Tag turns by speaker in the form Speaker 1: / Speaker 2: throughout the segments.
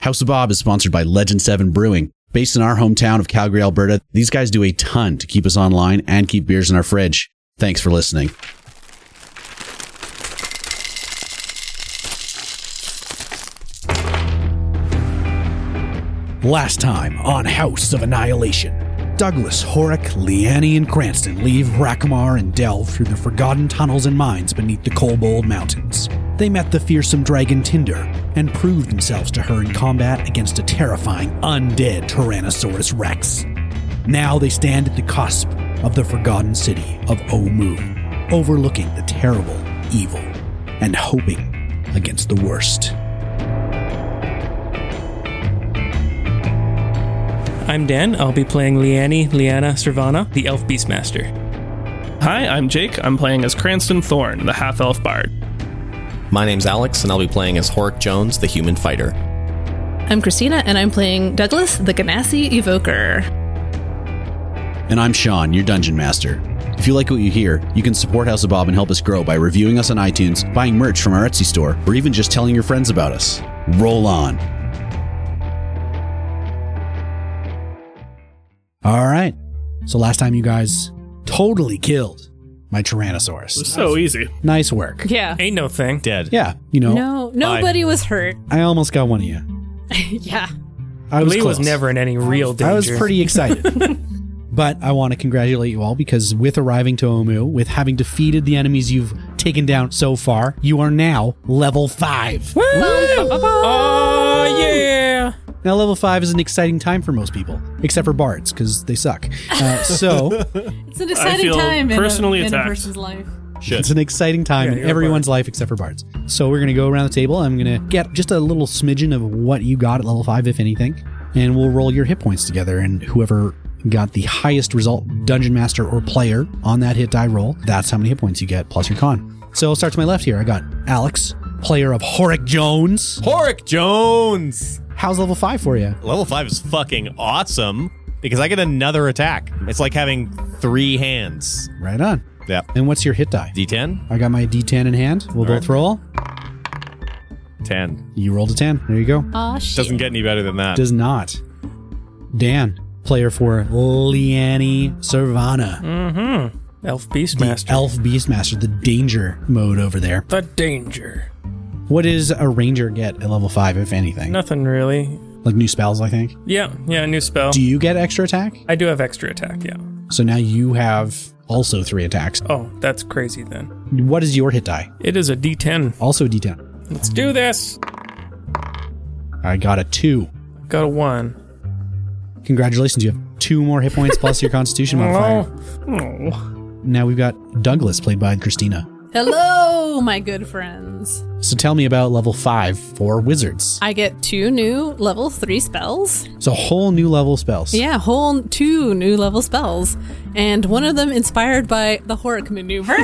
Speaker 1: House of Bob is sponsored by Legend 7 Brewing. Based in our hometown of Calgary, Alberta, these guys do a ton to keep us online and keep beers in our fridge. Thanks for listening.
Speaker 2: Last time on House of Annihilation, Douglas, Horick, Leanne, and Cranston leave Rakamar and delve through the forgotten tunnels and mines beneath the Kobold Mountains. They met the fearsome dragon Tinder and proved themselves to her in combat against a terrifying undead Tyrannosaurus Rex. Now they stand at the cusp of the forgotten city of Omu, overlooking the terrible evil and hoping against the worst.
Speaker 3: I'm Dan. I'll be playing Liani, Liana Servana, the Elf Beastmaster.
Speaker 4: Hi, I'm Jake. I'm playing as Cranston Thorne, the half elf bard.
Speaker 5: My name's Alex, and I'll be playing as Horik Jones, the human fighter.
Speaker 6: I'm Christina, and I'm playing Douglas, the Ganassi Evoker.
Speaker 1: And I'm Sean, your dungeon master. If you like what you hear, you can support House of Bob and help us grow by reviewing us on iTunes, buying merch from our Etsy store, or even just telling your friends about us. Roll on.
Speaker 2: All right. So last time you guys totally killed my Tyrannosaurus.
Speaker 4: So easy.
Speaker 2: Nice work.
Speaker 6: Yeah.
Speaker 3: Ain't no thing.
Speaker 5: Dead.
Speaker 2: Yeah, you know,
Speaker 6: No, nobody was hurt.
Speaker 2: I almost got one of you.
Speaker 6: yeah.
Speaker 2: I was
Speaker 3: Lee was
Speaker 2: close.
Speaker 3: never in any real danger.
Speaker 2: I was pretty excited. but I want to congratulate you all because with arriving to Omu, with having defeated the enemies you've taken down so far, you are now level 5.
Speaker 4: Uh,
Speaker 3: Oh yeah.
Speaker 2: Now, level 5 is an exciting time for most people, except for bards because they suck. Uh, so,
Speaker 6: It's an exciting
Speaker 4: feel
Speaker 6: time in a-
Speaker 4: personally
Speaker 6: in, a,
Speaker 4: attacked.
Speaker 6: person's life.
Speaker 2: it's an exciting time
Speaker 3: Yeah,
Speaker 2: in
Speaker 3: you're a
Speaker 2: everyone's life except for bards. So, we're going to go around the table. I'm going to get just a little smidgen of what you got at level 5, if anything, and we'll roll your hit points together. And whoever got the highest result, dungeon master or player, on that hit die roll, that's how many hit points you get plus your con. So, I'll start to my left here. I got Alex, player of Horic Jones.
Speaker 5: Horik Jones!
Speaker 2: How's level 5 for you?
Speaker 5: Level 5 is fucking awesome because I get another attack. It's like having three hands.
Speaker 2: Right on.
Speaker 5: Yep.
Speaker 2: And what's your hit die?
Speaker 5: D10?
Speaker 2: I got my D10 in hand. We'll both roll.
Speaker 5: 10.
Speaker 2: You rolled a 10. There you go.
Speaker 6: Aw, shit.
Speaker 5: Doesn't get any better than that.
Speaker 2: Does not. Dan, player for Liani Servana,
Speaker 3: Elf
Speaker 2: the
Speaker 3: Beastmaster.
Speaker 2: elf beastmaster, the danger mode over there.
Speaker 3: the danger.
Speaker 2: What does a ranger get at level 5, if anything?
Speaker 3: Nothing really.
Speaker 2: Like new spells, I think.
Speaker 3: Yeah, yeah. New spell.
Speaker 2: Do you get extra attack?
Speaker 3: I do have extra attack. Yeah.
Speaker 2: So now you have also three attacks.
Speaker 3: Oh, that's crazy then.
Speaker 2: What is your hit die?
Speaker 3: It is a D10.
Speaker 2: Also D10.
Speaker 3: Let's do this.
Speaker 2: I got a 2.
Speaker 3: Got a one.
Speaker 2: Congratulations, you have two more hit points plus your constitution modifier.
Speaker 3: Oh.
Speaker 2: Now we've got Douglas, played by Christina.
Speaker 6: Hello, my good friends.
Speaker 2: So tell me about level 5 for wizards.
Speaker 6: I get two new level three spells.
Speaker 2: It's a whole new level of spells.
Speaker 6: Yeah, whole two new level spells. And one of them inspired by the Horic maneuver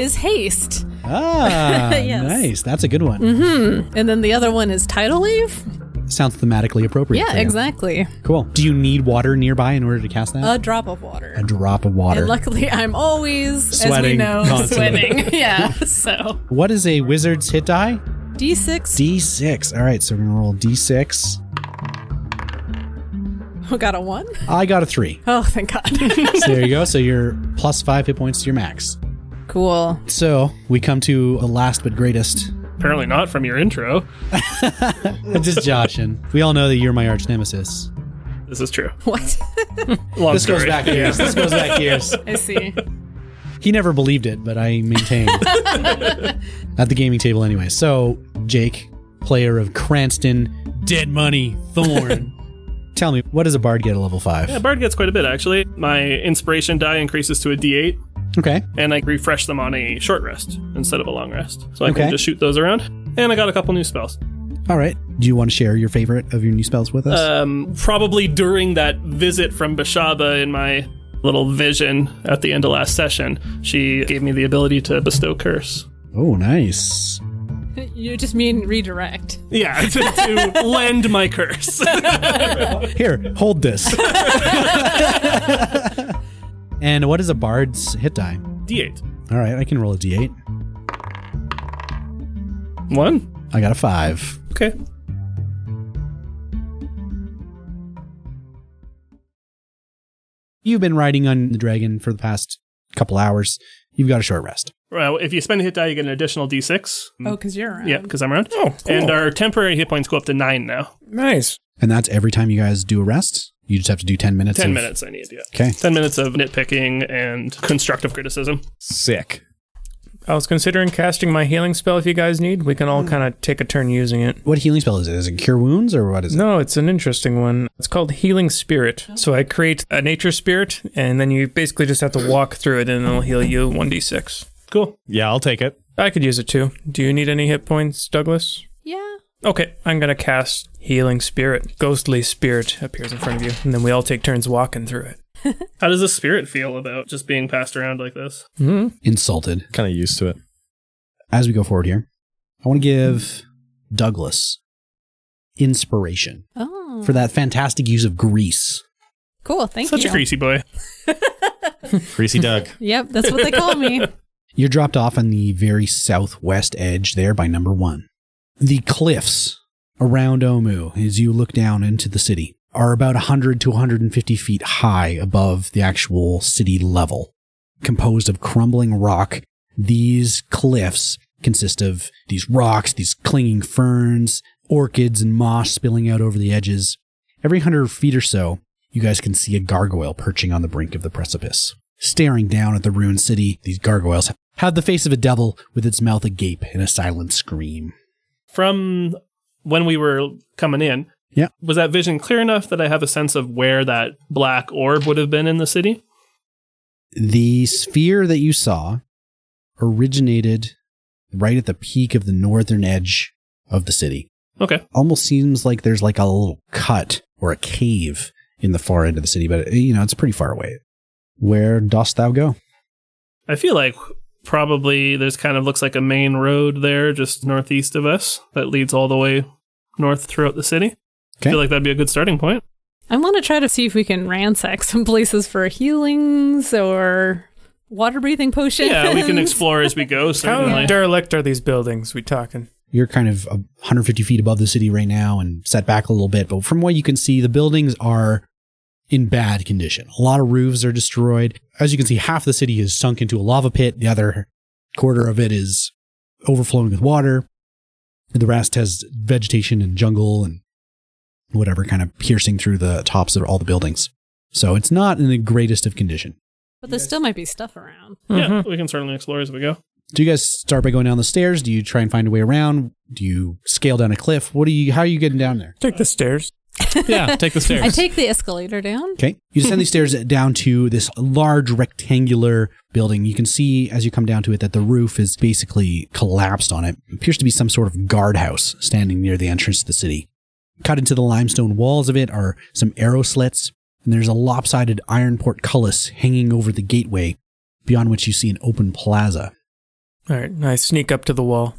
Speaker 6: is haste.
Speaker 2: Ah,
Speaker 6: Yes. Mm-hmm.
Speaker 2: nice. That's a good one.
Speaker 6: And then the other one is tidal wave.
Speaker 2: Sounds thematically appropriate.
Speaker 6: Yeah,
Speaker 2: for you.
Speaker 6: exactly.
Speaker 2: Cool. Do you need water nearby in order to cast that?
Speaker 6: A drop of water.
Speaker 2: a drop of water.
Speaker 6: Uh, And luckily, I'm always, as we
Speaker 2: Sweating
Speaker 6: know,
Speaker 2: constantly.
Speaker 6: sweating. yeah. So
Speaker 2: what is a wizard's hit die?
Speaker 6: D6.
Speaker 2: D6. All right, so we're going to roll D6.
Speaker 6: Oh, got a one.
Speaker 2: I got a three.
Speaker 6: Oh, thank God.
Speaker 2: So there you go. So you're plus five hit points to your max.
Speaker 6: cool.
Speaker 2: So we come to the last but greatest.
Speaker 4: Apparently not from your intro.
Speaker 2: Just joshing. We all know that you're my arch nemesis.
Speaker 4: This is true.
Speaker 6: What?
Speaker 4: Long
Speaker 2: This goes
Speaker 4: story.
Speaker 2: back years. This goes back years.
Speaker 6: I see.
Speaker 2: He never believed it, but I maintained at the gaming table anyway. So, Jake, player of Cranston, Dead Money, Thorn. Tell me, what does a bard get at level five?
Speaker 4: Yeah, Bard gets quite a bit, actually. My inspiration die increases to a d8,
Speaker 2: Okay,
Speaker 4: and I refresh them on a short rest instead of a long rest. So I
Speaker 2: Okay.
Speaker 4: can just shoot those around. And I got a couple new spells.
Speaker 2: all right. Do you want to share your favorite of your new spells with us?
Speaker 4: Um, probably during that visit from Bashaba in my little vision at the end of last session, she gave me the ability to bestow curse.
Speaker 2: oh, nice.
Speaker 6: You just mean redirect.
Speaker 4: Yeah, to, to lend my curse.
Speaker 2: Here, hold this. and what is a bard's hit die?
Speaker 4: d8.
Speaker 2: All right, I can roll a d8.
Speaker 4: One.
Speaker 2: I got a five.
Speaker 4: Okay.
Speaker 2: You've been riding on the dragon for the past couple hours. You've got a short rest.
Speaker 4: Well, if you spend a hit die, you get an additional d6.
Speaker 6: Oh, because you're around.
Speaker 4: Mm. Yeah, because I'm around.
Speaker 3: Oh, cool.
Speaker 4: And our temporary hit points go up to nine now.
Speaker 3: nice.
Speaker 2: And that's every time you guys do a rest. You just have to do 10 minutes.
Speaker 4: Ten
Speaker 2: of-
Speaker 4: minutes I need. Yeah.
Speaker 2: Okay.
Speaker 4: Ten minutes of nitpicking and constructive criticism.
Speaker 5: Sick.
Speaker 3: I was considering casting my healing spell if you guys need. We can all kind of take a turn using it.
Speaker 2: What healing spell is it? Is it cure wounds or what is it?
Speaker 3: No, it's an interesting one. It's called Healing Spirit. So I create a nature spirit, and then you basically just have to walk through it, and it'll heal you 1d6.
Speaker 4: Cool.
Speaker 5: Yeah, I'll take it.
Speaker 3: I could use it too. Do you need any hit points, Douglas?
Speaker 6: Yeah.
Speaker 3: Okay, I'm going to cast Healing Spirit. Ghostly Spirit appears in front of you, and then we all take turns walking through it.
Speaker 4: How does the spirit feel about just being passed around like this?
Speaker 2: Insulted.
Speaker 5: Kind of used to it.
Speaker 2: as we go forward here, I want to give Douglas inspiration
Speaker 6: Oh.
Speaker 2: for that fantastic use of grease.
Speaker 6: Cool. Thank
Speaker 4: Such
Speaker 6: you.
Speaker 4: a greasy boy.
Speaker 5: Greasy Doug.
Speaker 6: Yep, that's what they call me.
Speaker 2: You're dropped off on the very southwest edge there by number one. The cliffs around Omu, as you look down into the city, are about 100 to 150 feet high above the actual city level. Composed of crumbling rock, these cliffs consist of these rocks, these clinging ferns, orchids, and moss spilling out over the edges. Every 100 feet or so, you guys can see a gargoyle perching on the brink of the precipice. Staring down at the ruined city, these gargoyles have the face of a devil with its mouth agape in a silent scream.
Speaker 4: From when we were coming in,
Speaker 2: Yeah.
Speaker 4: was that vision clear enough that I have a sense of where that black orb would have been in the city?
Speaker 2: The sphere that you saw originated right at the peak of the northern edge of the city.
Speaker 4: Okay.
Speaker 2: Almost seems like there's like a little cut or a cave in the far end of the city, but you know, it's pretty far away. Where dost thou go?
Speaker 4: I feel like probably there's kind of looks like a main road there just northeast of us that leads all the way north throughout the city.
Speaker 2: Okay.
Speaker 4: I feel like that'd be a good starting point.
Speaker 6: I want to try to see if we can ransack some places for healings or water breathing potions.
Speaker 4: Yeah, we can explore as we go,
Speaker 3: How
Speaker 4: certainly.
Speaker 3: derelict are these buildings? We talking?
Speaker 2: you're kind of uh, 150 feet above the city right now and set back a little bit. But from what you can see, the buildings are in bad condition. A lot of roofs are destroyed. As you can see, half the city is sunk into a lava pit. The other quarter of it is overflowing with water. The rest has vegetation and jungle and whatever kind of piercing through the tops of all the buildings. So it's not in the greatest of condition.
Speaker 6: But there still might be stuff around.
Speaker 4: Yeah,
Speaker 3: Mm-hmm.
Speaker 4: we can certainly explore as we go.
Speaker 2: Do you guys start by going down the stairs? Do you try and find a way around? Do you scale down a cliff? What do you? How are you getting down there?
Speaker 3: Take the stairs.
Speaker 5: Yeah, take the stairs.
Speaker 6: I take the escalator down.
Speaker 2: Okay. You descend these stairs down to this large rectangular building. You can see as you come down to it that the roof is basically collapsed on it. It appears to be some sort of guardhouse standing near the entrance to the city. Cut into the limestone walls of it are some arrow slits, and there's a lopsided iron portcullis hanging over the gateway, beyond which you see an open plaza.
Speaker 3: All right, I sneak up to the wall.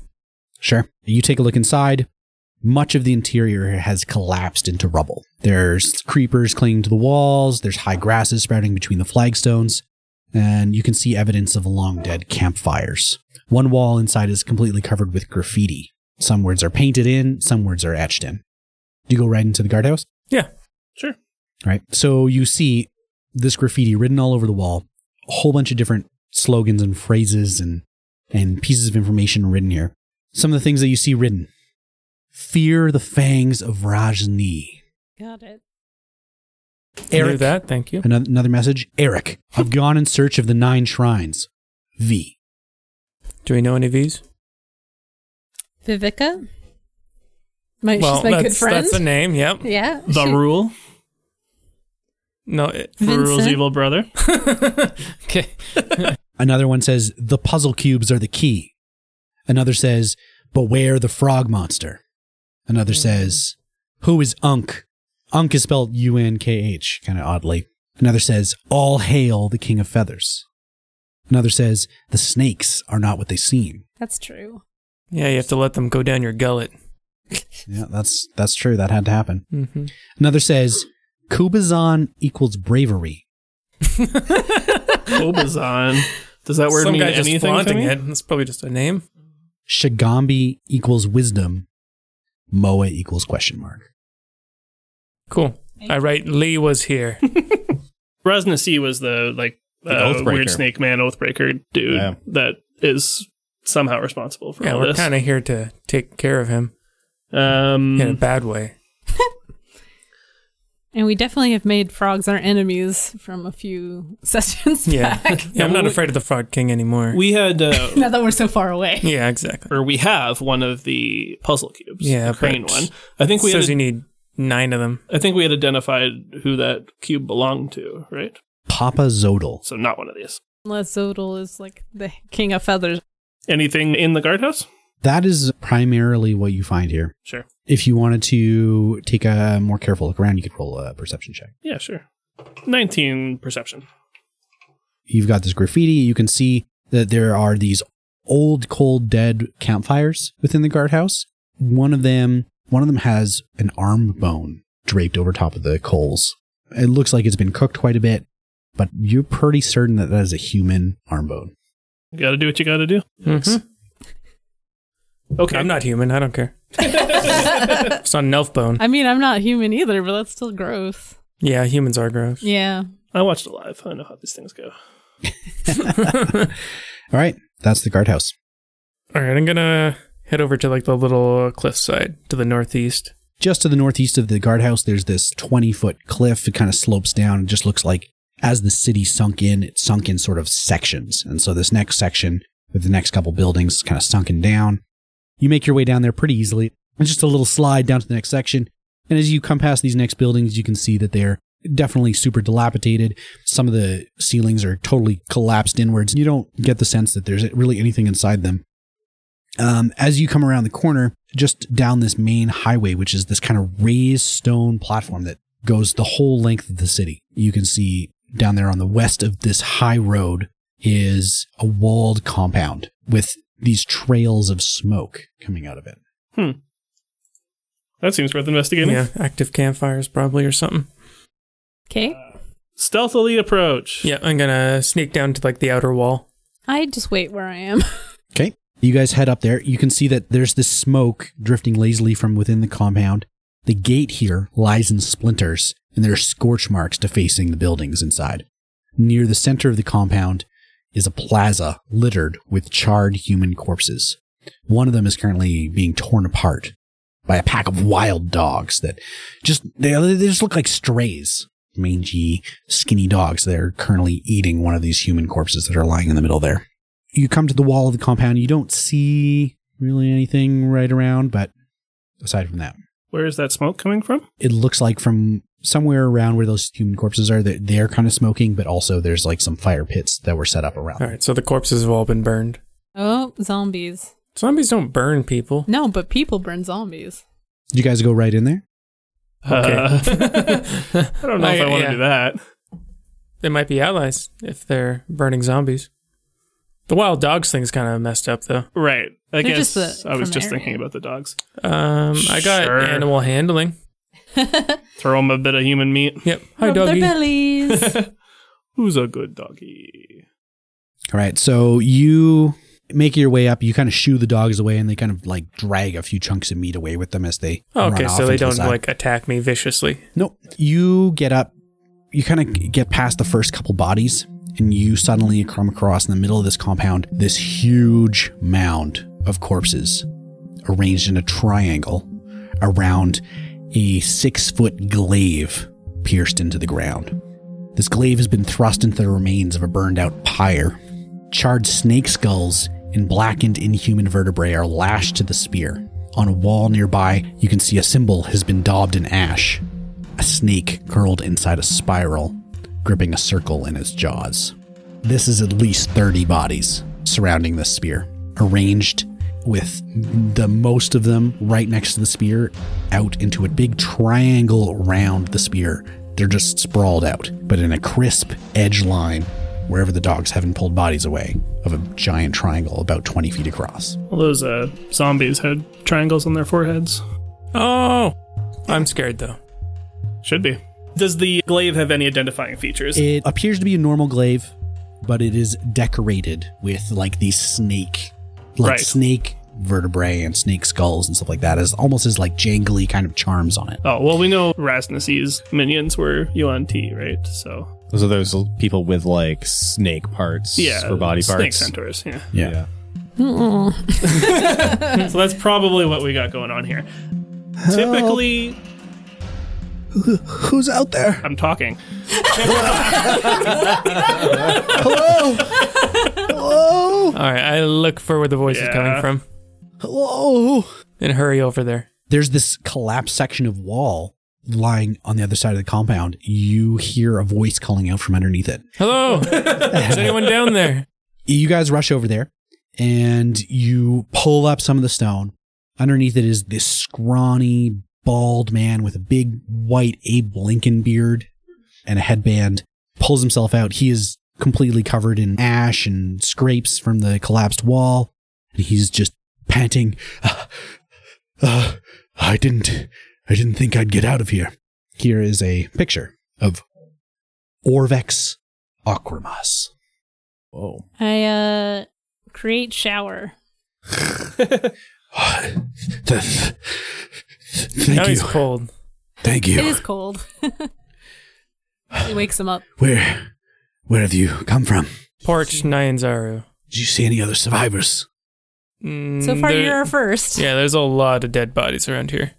Speaker 2: Sure. You take a look inside. Much of the interior has collapsed into rubble. There's creepers clinging to the walls, there's high grasses sprouting between the flagstones, and you can see evidence of long dead campfires. One wall inside is completely covered with graffiti. Some words are painted in, some words are etched in. Do you go right into the guardhouse?
Speaker 3: Yeah.
Speaker 4: Sure.
Speaker 2: All right. So you see this graffiti written all over the wall, a whole bunch of different slogans and phrases and, and pieces of information written here. Some of the things that you see written Fear the fangs of Rajni.
Speaker 6: Got it.
Speaker 3: Do
Speaker 2: Eric,
Speaker 3: that. Thank you.
Speaker 2: another, another message. Eric, I've gone in search of the nine shrines. V.
Speaker 3: Do we know any of these?
Speaker 6: Vivica? My, she's my
Speaker 3: that's,
Speaker 6: good friend.
Speaker 3: that's a name. Yep.
Speaker 6: yeah.
Speaker 4: The
Speaker 6: she-
Speaker 4: rule,
Speaker 3: No. It,
Speaker 4: rule's
Speaker 6: Vincent.
Speaker 4: evil brother.
Speaker 3: okay.
Speaker 2: Another one says, The puzzle cubes are the key. Another says, Beware the frog monster. Another says, Who is Unk? Unk is spelled U N K H, kind of oddly. Another says, All hail the king of feathers. Another says, The snakes are not what they seem.
Speaker 6: That's true.
Speaker 3: Yeah, you have to let them go down your gullet.
Speaker 2: Yeah, that's, that's true. That had to happen.
Speaker 3: Mm-hmm.
Speaker 2: Another says, Kubazan equals bravery.
Speaker 4: Obazon. Does that word
Speaker 3: Some
Speaker 4: mean
Speaker 3: guy just
Speaker 4: anything to
Speaker 3: flaunting
Speaker 4: me?
Speaker 3: it. That's probably just a name.
Speaker 2: Shigambi equals wisdom. Moa equals question mark.
Speaker 3: Cool. I write Lee was here.
Speaker 4: Rasnasi was the like uh,
Speaker 5: Oathbreaker.
Speaker 4: weird snake man oathbreaker dude
Speaker 5: Yeah.
Speaker 4: that is somehow responsible for
Speaker 3: Yeah,
Speaker 4: all
Speaker 3: we're
Speaker 4: this.
Speaker 3: kind of here to take care of him
Speaker 4: um,
Speaker 3: in a bad way.
Speaker 6: And we definitely have made frogs our enemies from a few sessions
Speaker 3: Yeah,
Speaker 6: back.
Speaker 3: yeah I'm not
Speaker 4: well, we-
Speaker 3: afraid of the Frog King anymore.
Speaker 4: we had uh,
Speaker 6: now that we're so far away.
Speaker 3: yeah, exactly.
Speaker 4: or we have one of the puzzle cubes.
Speaker 3: Yeah,
Speaker 4: the crane
Speaker 3: but
Speaker 4: one. I think we
Speaker 3: Says
Speaker 4: had,
Speaker 3: you need nine of them.
Speaker 4: I think we had identified who that cube belonged to, right?
Speaker 2: Papa Zodal.
Speaker 4: So not one of these.
Speaker 6: Unless Zodal is like the king of feathers.
Speaker 4: Anything in the guardhouse?
Speaker 2: That is primarily what you find here.
Speaker 4: Sure.
Speaker 2: If you wanted to take a more careful look around, you could roll a perception check.
Speaker 4: Yeah, sure. Nineteen perception.
Speaker 2: You've got this graffiti. You can see that there are these old, cold, dead campfires within the guardhouse. One of them, one of them has an arm bone draped over top of the coals. It looks like it's been cooked quite a bit, but you're pretty certain that that is a human arm bone.
Speaker 4: You gotta do what you gotta do.
Speaker 3: Mhm.
Speaker 4: Okay.
Speaker 3: Mm-hmm. I'm not human. I don't care. it's on an elf bone.
Speaker 6: I mean, I'm not human either, but that's still gross.
Speaker 3: Yeah, humans are gross.
Speaker 6: Yeah.
Speaker 4: I watched it live. I know how these things go.
Speaker 2: All right, that's the guardhouse.
Speaker 3: All right, I'm gonna head over to like the little cliffside to the northeast.
Speaker 2: just to the northeast of the guardhouse, there's this 20 foot cliff. It kind of slopes down and just looks like as the city sunk in, it sunk in sort of sections. And so this next section with the next couple buildings is kind of sunken down. You make your way down there pretty easily. It's just a little slide down to the next section. And as you come past these next buildings, you can see that they're definitely super dilapidated. Some of the ceilings are totally collapsed inwards. You don't get the sense that there's really anything inside them um, as you come around the corner, just down this main highway, which is this kind of raised stone platform that goes the whole length of the city, you can see down there on the west of this high road is a walled compound with these trails of smoke coming out of it.
Speaker 4: That seems worth investigating.
Speaker 3: Yeah, active campfires probably or something.
Speaker 6: Okay.
Speaker 4: Stealthily approach.
Speaker 3: Yeah, I'm gonna sneak down to like the outer wall.
Speaker 6: I just wait where I am.
Speaker 2: Okay. You guys head up there. You can see that there's this smoke drifting lazily from within the compound. The gate here lies in splinters, and there are scorch marks defacing the buildings inside. Near the center of the compound is a plaza littered with charred human corpses. One of them is currently being torn apart by a pack of wild dogs that just they, they just look like strays. Mangy, skinny dogs that are currently eating one of these human corpses that are lying in the middle there you come to the wall of the compound. You don't see really anything right around, but aside from that,
Speaker 4: Where is that smoke coming from?
Speaker 2: it looks like from somewhere around where those human corpses are, that they're kind of smoking, but also there's like some fire pits that were set up around.
Speaker 3: All right, so the corpses have all been burned.
Speaker 6: Oh, zombies.
Speaker 3: Zombies don't burn people.
Speaker 6: No, but people burn zombies.
Speaker 2: Did you guys go right in there?
Speaker 3: Okay.
Speaker 4: Uh, I don't know if I want to
Speaker 3: yeah.
Speaker 4: do that.
Speaker 3: They might be allies if they're burning zombies. The wild dogs thing's kind of messed up though.
Speaker 4: Right.
Speaker 6: They're
Speaker 4: I guess
Speaker 6: just the-
Speaker 4: I was
Speaker 6: from
Speaker 4: just
Speaker 6: the area.
Speaker 4: thinking about the dogs.
Speaker 3: Um, I got
Speaker 4: Sure.
Speaker 3: animal handling.
Speaker 4: Throw them a bit of human meat.
Speaker 3: Yep. Hi,
Speaker 6: Rub
Speaker 3: doggy.
Speaker 6: Their bellies.
Speaker 4: Who's a good doggy?
Speaker 2: All right. So you make your way up. You kind of shoo the dogs away, and they kind of like drag a few chunks of meat away with them as they. run
Speaker 3: Oh, Okay,
Speaker 2: off
Speaker 3: so they
Speaker 2: into the
Speaker 3: don't
Speaker 2: side.
Speaker 3: like attack me viciously.
Speaker 2: Nope. You get up, you kind of get past the first couple bodies, and you suddenly come across in the middle of this compound this huge mound of corpses arranged in a triangle around a six foot glaive pierced into the ground. This glaive has been thrust into the remains of a burned out pyre. Charred snake skulls and blackened inhuman vertebrae are lashed to the spear. On a wall nearby, you can see a symbol has been daubed in ash a snake curled inside a spiral, gripping a circle in its jaws. This is at least 30 bodies surrounding this spear, arranged with the most of them right next to the spear out into a big triangle around the spear. They're just sprawled out, but in a crisp edge line wherever the dogs haven't pulled bodies away of a giant triangle about 20 feet across.
Speaker 4: All those uh, zombies had triangles on their foreheads.
Speaker 3: Oh, I'm scared though.
Speaker 4: Should be. Does the glaive have any identifying features?
Speaker 2: It appears to be a normal glaive, but it is decorated with like these snake, like
Speaker 4: Right.
Speaker 2: snake vertebrae and snake skulls and stuff like that. As almost as like jangly kind of charms on it.
Speaker 4: oh, well, we know Rasnasi's minions were Yuan Ti, right? So
Speaker 5: Those are those people with like snake parts
Speaker 4: Yeah,
Speaker 5: for body parts.
Speaker 4: Snake centaurs. Yeah.
Speaker 5: Yeah.
Speaker 4: So that's probably what we got going on here. Typically,
Speaker 2: Who's out there?
Speaker 4: I'm talking.
Speaker 2: Hello? Hello?
Speaker 3: All right, I look for where the voice is coming
Speaker 4: Yeah.
Speaker 3: from
Speaker 2: Hello?
Speaker 3: and hurry over there.
Speaker 2: There's this collapsed section of wall lying on the other side of the compound. You hear a voice calling out from underneath it.
Speaker 3: Hello, is anyone down there?
Speaker 2: you guys rush over there and you pull up some of the stone. Underneath it is this scrawny, bald man with a big white Abe Lincoln beard and a headband. Pulls himself out. He is completely covered in ash and scrapes from the collapsed wall. And he's just panting. "Ah, ah, I didn't, I didn't think I'd get out of here. Here is a picture of Orvex Akramas.
Speaker 5: Whoa.
Speaker 6: I uh create shower.
Speaker 2: Th- th-
Speaker 3: now
Speaker 2: Thank
Speaker 3: he's
Speaker 2: you.
Speaker 3: cold.
Speaker 2: Thank
Speaker 6: It
Speaker 2: you.
Speaker 6: is cold. it wakes him up.
Speaker 2: Where where have you come from?
Speaker 3: Porch Nyanzaru.
Speaker 2: Did you see any other survivors?
Speaker 3: Mm,
Speaker 6: So far,
Speaker 3: there-
Speaker 6: you're first.
Speaker 3: Yeah, there's a lot of dead bodies around here.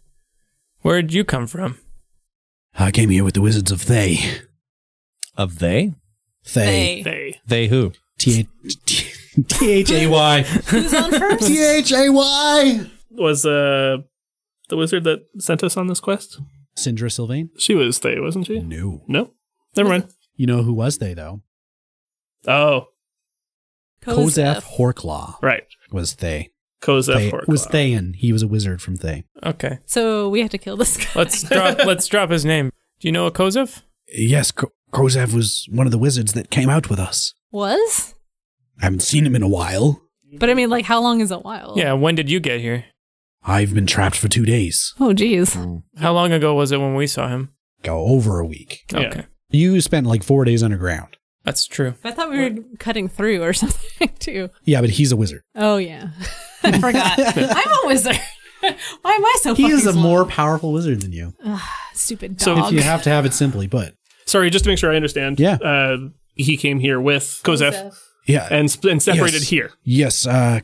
Speaker 3: Where'd you come from?
Speaker 2: I came here with the wizards of Thay.
Speaker 5: Of they?
Speaker 2: Thay.
Speaker 6: Hey.
Speaker 4: They.
Speaker 5: They who?
Speaker 2: T H A Y.
Speaker 6: Who's on first?
Speaker 2: T H A Y.
Speaker 4: Was uh, the wizard that sent us on this quest?
Speaker 2: Syndra Sylvain?
Speaker 4: She was they, wasn't she?
Speaker 2: No.
Speaker 4: No. Never mind.
Speaker 2: You know who was they, though?
Speaker 4: Oh,
Speaker 2: Kozef
Speaker 6: Kozef.
Speaker 2: Horklaw
Speaker 4: right.
Speaker 2: was they.
Speaker 4: Kozef
Speaker 2: Thay-
Speaker 4: Horclaw.
Speaker 2: was Thayan. He was a wizard from Thay.
Speaker 3: Okay,
Speaker 6: So we have to kill this guy.
Speaker 3: let's drop. let's drop his name. Do you know a Kozev?
Speaker 2: Yes, Ko- Kozef was one of the wizards that came out with us.
Speaker 6: Was?
Speaker 2: I haven't seen him in a while.
Speaker 6: But I mean, like, how long is a while?
Speaker 3: Yeah. When did you get here?
Speaker 2: I've been trapped for two days.
Speaker 6: Oh, geez.
Speaker 2: Mm.
Speaker 3: How long ago was it when we saw him?
Speaker 2: Go over a week.
Speaker 4: Yeah.
Speaker 3: Okay,
Speaker 2: You spent like four days underground.
Speaker 3: that's true.
Speaker 6: I thought we were cutting through or something, too.
Speaker 2: Yeah, but he's a wizard.
Speaker 6: Oh, yeah. I forgot. I'm a wizard. Why am I so
Speaker 2: He
Speaker 6: fucking
Speaker 2: is a
Speaker 6: small?
Speaker 2: more powerful wizard than you.
Speaker 6: stupid
Speaker 3: So
Speaker 6: dog?
Speaker 3: if
Speaker 2: If you have to have it simply, but
Speaker 4: Sorry, just to make sure I understand.
Speaker 2: Yeah.
Speaker 4: Uh, he came here with Kozef
Speaker 2: yeah,
Speaker 4: and sp- and separated
Speaker 2: Yes.
Speaker 4: here.
Speaker 2: yes. Uh,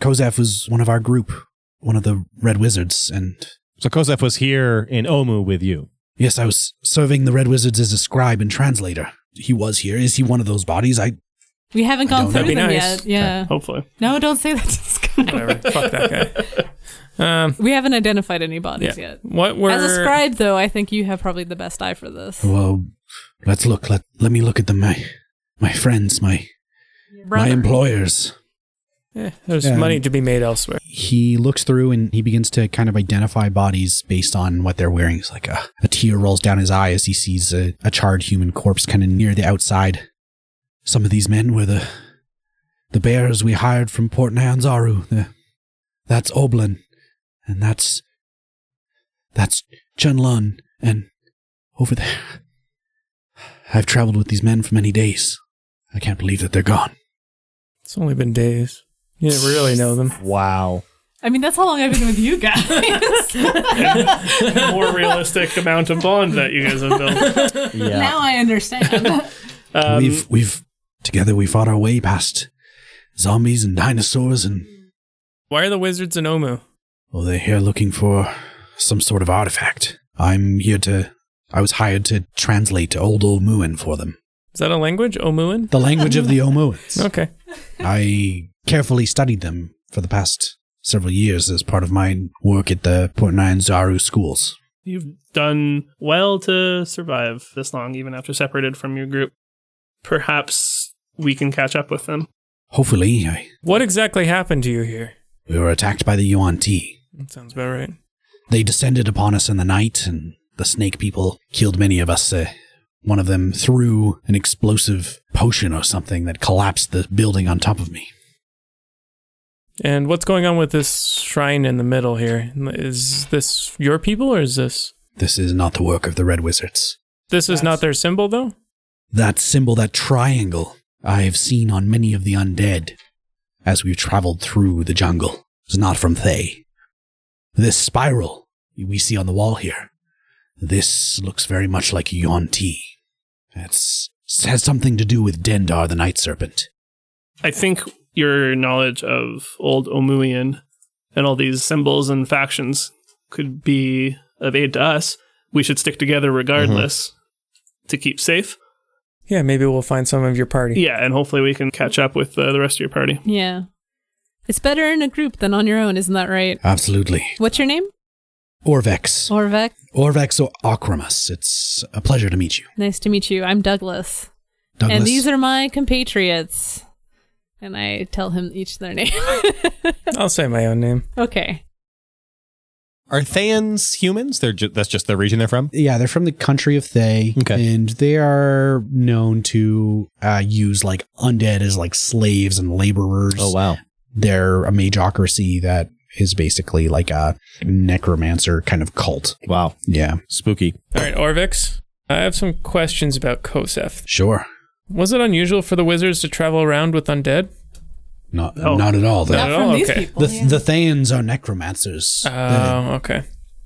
Speaker 2: Kozef was one of our group, one of the red wizards, and
Speaker 5: So Kozef was here in Omu with you.
Speaker 2: yes, I was serving the red wizards as a scribe and translator. He was here. Is he one of those bodies? I
Speaker 6: we haven't
Speaker 2: I
Speaker 6: gone
Speaker 2: don't
Speaker 6: through
Speaker 2: know.
Speaker 3: That'd
Speaker 6: them
Speaker 3: be nice.
Speaker 6: yet. Yeah.
Speaker 4: Hopefully.
Speaker 6: No, don't say that to this guy.
Speaker 3: Whatever. Fuck that guy. Um.
Speaker 6: We haven't identified any
Speaker 3: Yeah.
Speaker 6: bodies yet.
Speaker 3: What were
Speaker 6: As a scribe, though, I think you have probably the best eye for this.
Speaker 2: well, let's look. Let let me look at them. My my friends, my my
Speaker 6: Brother.
Speaker 2: employers.
Speaker 3: Eh, there's
Speaker 2: Yeah.
Speaker 3: money to be made elsewhere.
Speaker 2: he looks through and he begins to kind of identify bodies based on what they're wearing. It's like a, a tear rolls down his eye as he sees a, a charred human corpse kind of near the outside. Some of these men were the the bears we hired from Port Nyanzaru. The, that's Oblin, and that's that's Chunlun, and over there. I've traveled with these men for many days. I can't believe that they're gone.
Speaker 3: It's only been days. You didn't really know them.
Speaker 5: Wow.
Speaker 6: I mean, that's how long I've been with you guys.
Speaker 4: More realistic amount of bond that you guys have built.
Speaker 6: Now I understand.
Speaker 4: Um,
Speaker 2: we've we've together we fought our way past zombies and dinosaurs and
Speaker 3: Why are the wizards in Omu?
Speaker 2: well they're here looking for some sort of artifact. I'm here to I was hired to translate old Omuan for them.
Speaker 3: Is that a language? Omuan?
Speaker 2: The language of the Omuans.
Speaker 3: Okay.
Speaker 2: I carefully studied them for the past several years as part of my work at the Port Nyanzaru schools.
Speaker 4: You've done well to survive this long, even after separated from your group. Perhaps we can catch up with them.
Speaker 2: Hopefully I,
Speaker 3: What exactly happened to you here?
Speaker 2: we were attacked by the Yuan Ti.
Speaker 3: That sounds about right.
Speaker 2: They descended upon us in the night, and the snake people killed many of us. Uh, one of them threw an explosive potion or something that collapsed the building on top of me.
Speaker 3: And what's going on with this shrine in the middle here? Is this your people or is this?
Speaker 2: This is not the work of the Red Wizards.
Speaker 3: This is not their symbol, though?
Speaker 2: That symbol, that triangle, I have seen on many of the undead as we've traveled through the jungle, is not from Thay. This spiral we see on the wall here, this looks very much like Yuan Ti. It's it has something to do with Dendar the Night Serpent.
Speaker 4: I think your knowledge of old Omuian and all these symbols and factions could be of aid to us. We should stick together regardless to keep safe.
Speaker 3: Yeah, maybe we'll find some of your party.
Speaker 4: Yeah, and hopefully we can catch up with uh, the rest of your party.
Speaker 6: Yeah. It's better in a group than on your own, isn't that right?
Speaker 2: Absolutely.
Speaker 6: What's your name?
Speaker 2: Orvex.
Speaker 6: Orvec.
Speaker 2: Orvex Ocramus. It's a pleasure to meet you.
Speaker 6: Nice to meet you. I'm Douglas.
Speaker 2: Douglas.
Speaker 6: And these are my compatriots. And I tell him each their name.
Speaker 3: I'll say my own name.
Speaker 6: okay.
Speaker 5: Are Thayans humans? They're ju- that's just the region they're from.
Speaker 2: yeah, they're from the country of Thay,
Speaker 5: Okay.
Speaker 2: and they are known to uh, use like undead as like slaves and laborers.
Speaker 5: Oh, wow.
Speaker 2: They're a magocracy that is basically like a necromancer kind of cult.
Speaker 5: Wow.
Speaker 2: Yeah,
Speaker 5: Spooky.
Speaker 3: All right, Orvix. I have some questions about Kosef.
Speaker 2: sure.
Speaker 3: Was it unusual for the wizards to travel around with undead?
Speaker 2: Not
Speaker 4: Oh.
Speaker 2: not at all.
Speaker 3: Not
Speaker 2: The,
Speaker 3: at
Speaker 6: Not
Speaker 3: all?
Speaker 6: from these
Speaker 3: Okay.
Speaker 6: people.
Speaker 2: the,
Speaker 6: Oh, yeah.
Speaker 2: the Thayans are necromancers.
Speaker 3: Oh, okay.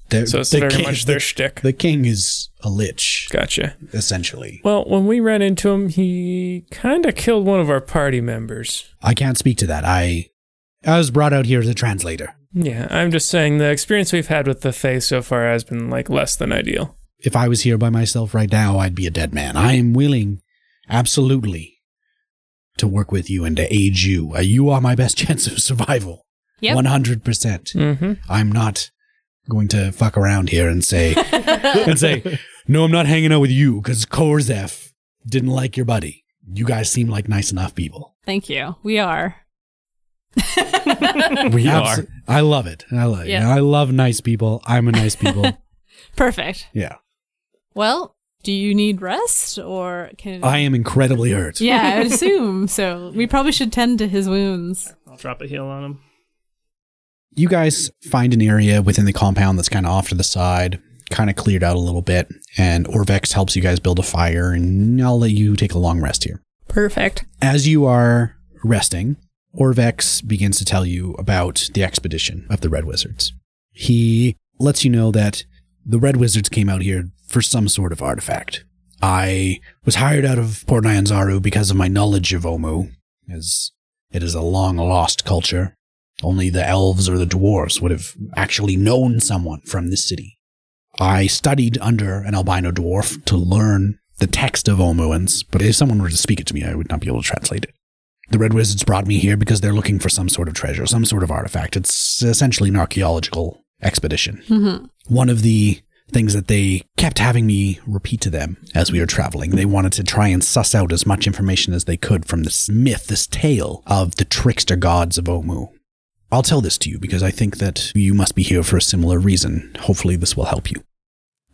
Speaker 2: They're-
Speaker 3: So it's
Speaker 2: the
Speaker 3: very
Speaker 2: king-
Speaker 3: much their
Speaker 2: the-
Speaker 3: shtick.
Speaker 2: The king is a lich,
Speaker 3: Gotcha.
Speaker 2: essentially.
Speaker 3: Well, when we ran into him, he kind of killed one of our party members.
Speaker 2: I can't speak to that. I I was brought out here as a translator.
Speaker 3: Yeah, I'm just saying the experience we've had with the Fae so far has been like less than ideal.
Speaker 2: if I was here by myself right now, I'd be a dead man. I am willing, absolutely, to work with you and to aid you. Uh, you are my best chance of survival.
Speaker 6: Yep.
Speaker 2: 100%.
Speaker 3: Mm-hmm.
Speaker 2: I'm not going to fuck around here and say, and say, no, I'm not hanging out with you because Korzef didn't like your buddy. You guys seem like nice enough people.
Speaker 6: Thank you. We are.
Speaker 2: We
Speaker 5: are.
Speaker 2: I love it. I love it.
Speaker 6: Yeah.
Speaker 2: I love nice people. I'm a nice people.
Speaker 6: Perfect.
Speaker 2: yeah.
Speaker 6: Well, do you need rest or can
Speaker 2: I am incredibly hurt.
Speaker 6: Yeah, I would assume. So we probably should tend to his wounds.
Speaker 4: I'll drop a heal on him.
Speaker 2: you guys find an area within the compound that's kind of off to the side, kind of cleared out a little bit, and Orvex helps you guys build a fire, and I'll let you take a long rest here.
Speaker 6: Perfect.
Speaker 2: As you are resting, Orvex begins to tell you about the expedition of the Red Wizards. He lets you know that the Red Wizards came out here for some sort of artifact. I was hired out of Port Nyanzaru because of my knowledge of Omu, as it is a long lost culture. Only the elves or the dwarves would have actually known someone from this city. I studied under an albino dwarf to learn the text of Omuans, but if someone were to speak it to me, I would not be able to translate it. The Red Wizards brought me here because they're looking for some sort of treasure, some sort of artifact. It's essentially an archaeological expedition.
Speaker 6: Mhm.
Speaker 2: One of the things that they kept having me repeat to them as we were traveling, they wanted to try and suss out as much information as they could from this myth, this tale of the trickster gods of Omu. I'll tell this to you because I think that you must be here for a similar reason. Hopefully, this will help you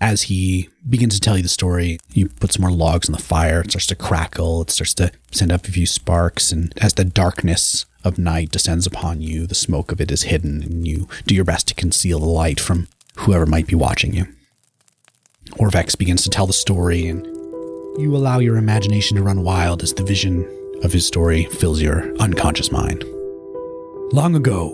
Speaker 2: as he begins to tell you the story, you put some more logs on the fire. It starts to crackle. It starts to send up a few sparks. And as the darkness of night descends upon you, the smoke of it is hidden, and you do your best to conceal the light from whoever might be watching you. Orvex begins to tell the story, and you allow your imagination to run wild as the vision of his story fills your unconscious mind. Long ago,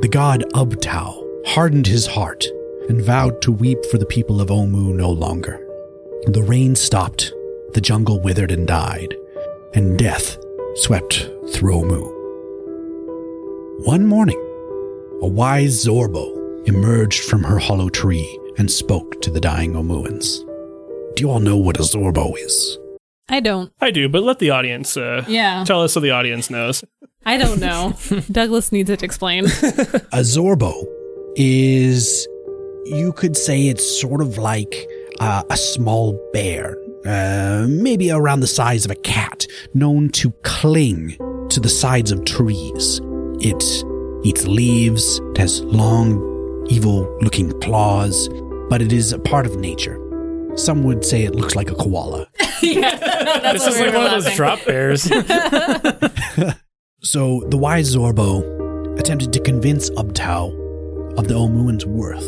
Speaker 2: the god Ubtau hardened his heart and vowed to weep for the people of Omu no longer. The rain stopped, the jungle withered and died, and death swept through Omu. One morning, a wise Zorbo emerged from her hollow tree and spoke to the dying Omuans. Do you all know what a Zorbo is?
Speaker 6: I don't.
Speaker 4: I do, but let the audience uh,
Speaker 6: Yeah.
Speaker 4: tell us so the audience knows.
Speaker 6: I don't know. Douglas needs it explained.
Speaker 2: a zorbo is you could say it's sort of like uh, a small bear uh, maybe around the size of a cat known to cling to the sides of trees it eats leaves it has long evil looking claws but it is a part of nature some would say it looks like a koala
Speaker 6: yeah. That's
Speaker 3: This is like one of those drop bears.
Speaker 2: So the wise Zorbo attempted to convince Ubtau of the Omuan's worth.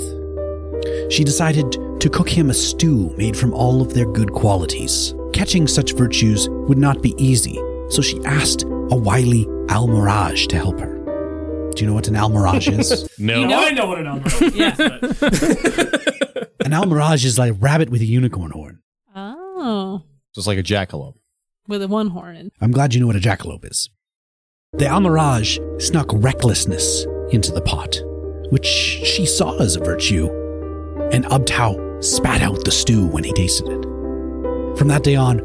Speaker 2: She decided to cook him a stew made from all of their good qualities. Catching such virtues would not be easy, so she asked a wily Almirage to help her. Do you know what an Almirage is?
Speaker 5: No.
Speaker 6: You know-
Speaker 4: I know what an umbrella is.
Speaker 6: Yeah.
Speaker 4: but-
Speaker 2: an Almirage is like a rabbit with a unicorn horn.
Speaker 6: Oh.
Speaker 5: So it's like a jackalope.
Speaker 6: with a one horn.
Speaker 2: I'm glad you know what a jackalope is. The Almirage snuck recklessness into the pot, which she saw as a virtue, and Ubtau spat out the stew when he tasted it. From that day on,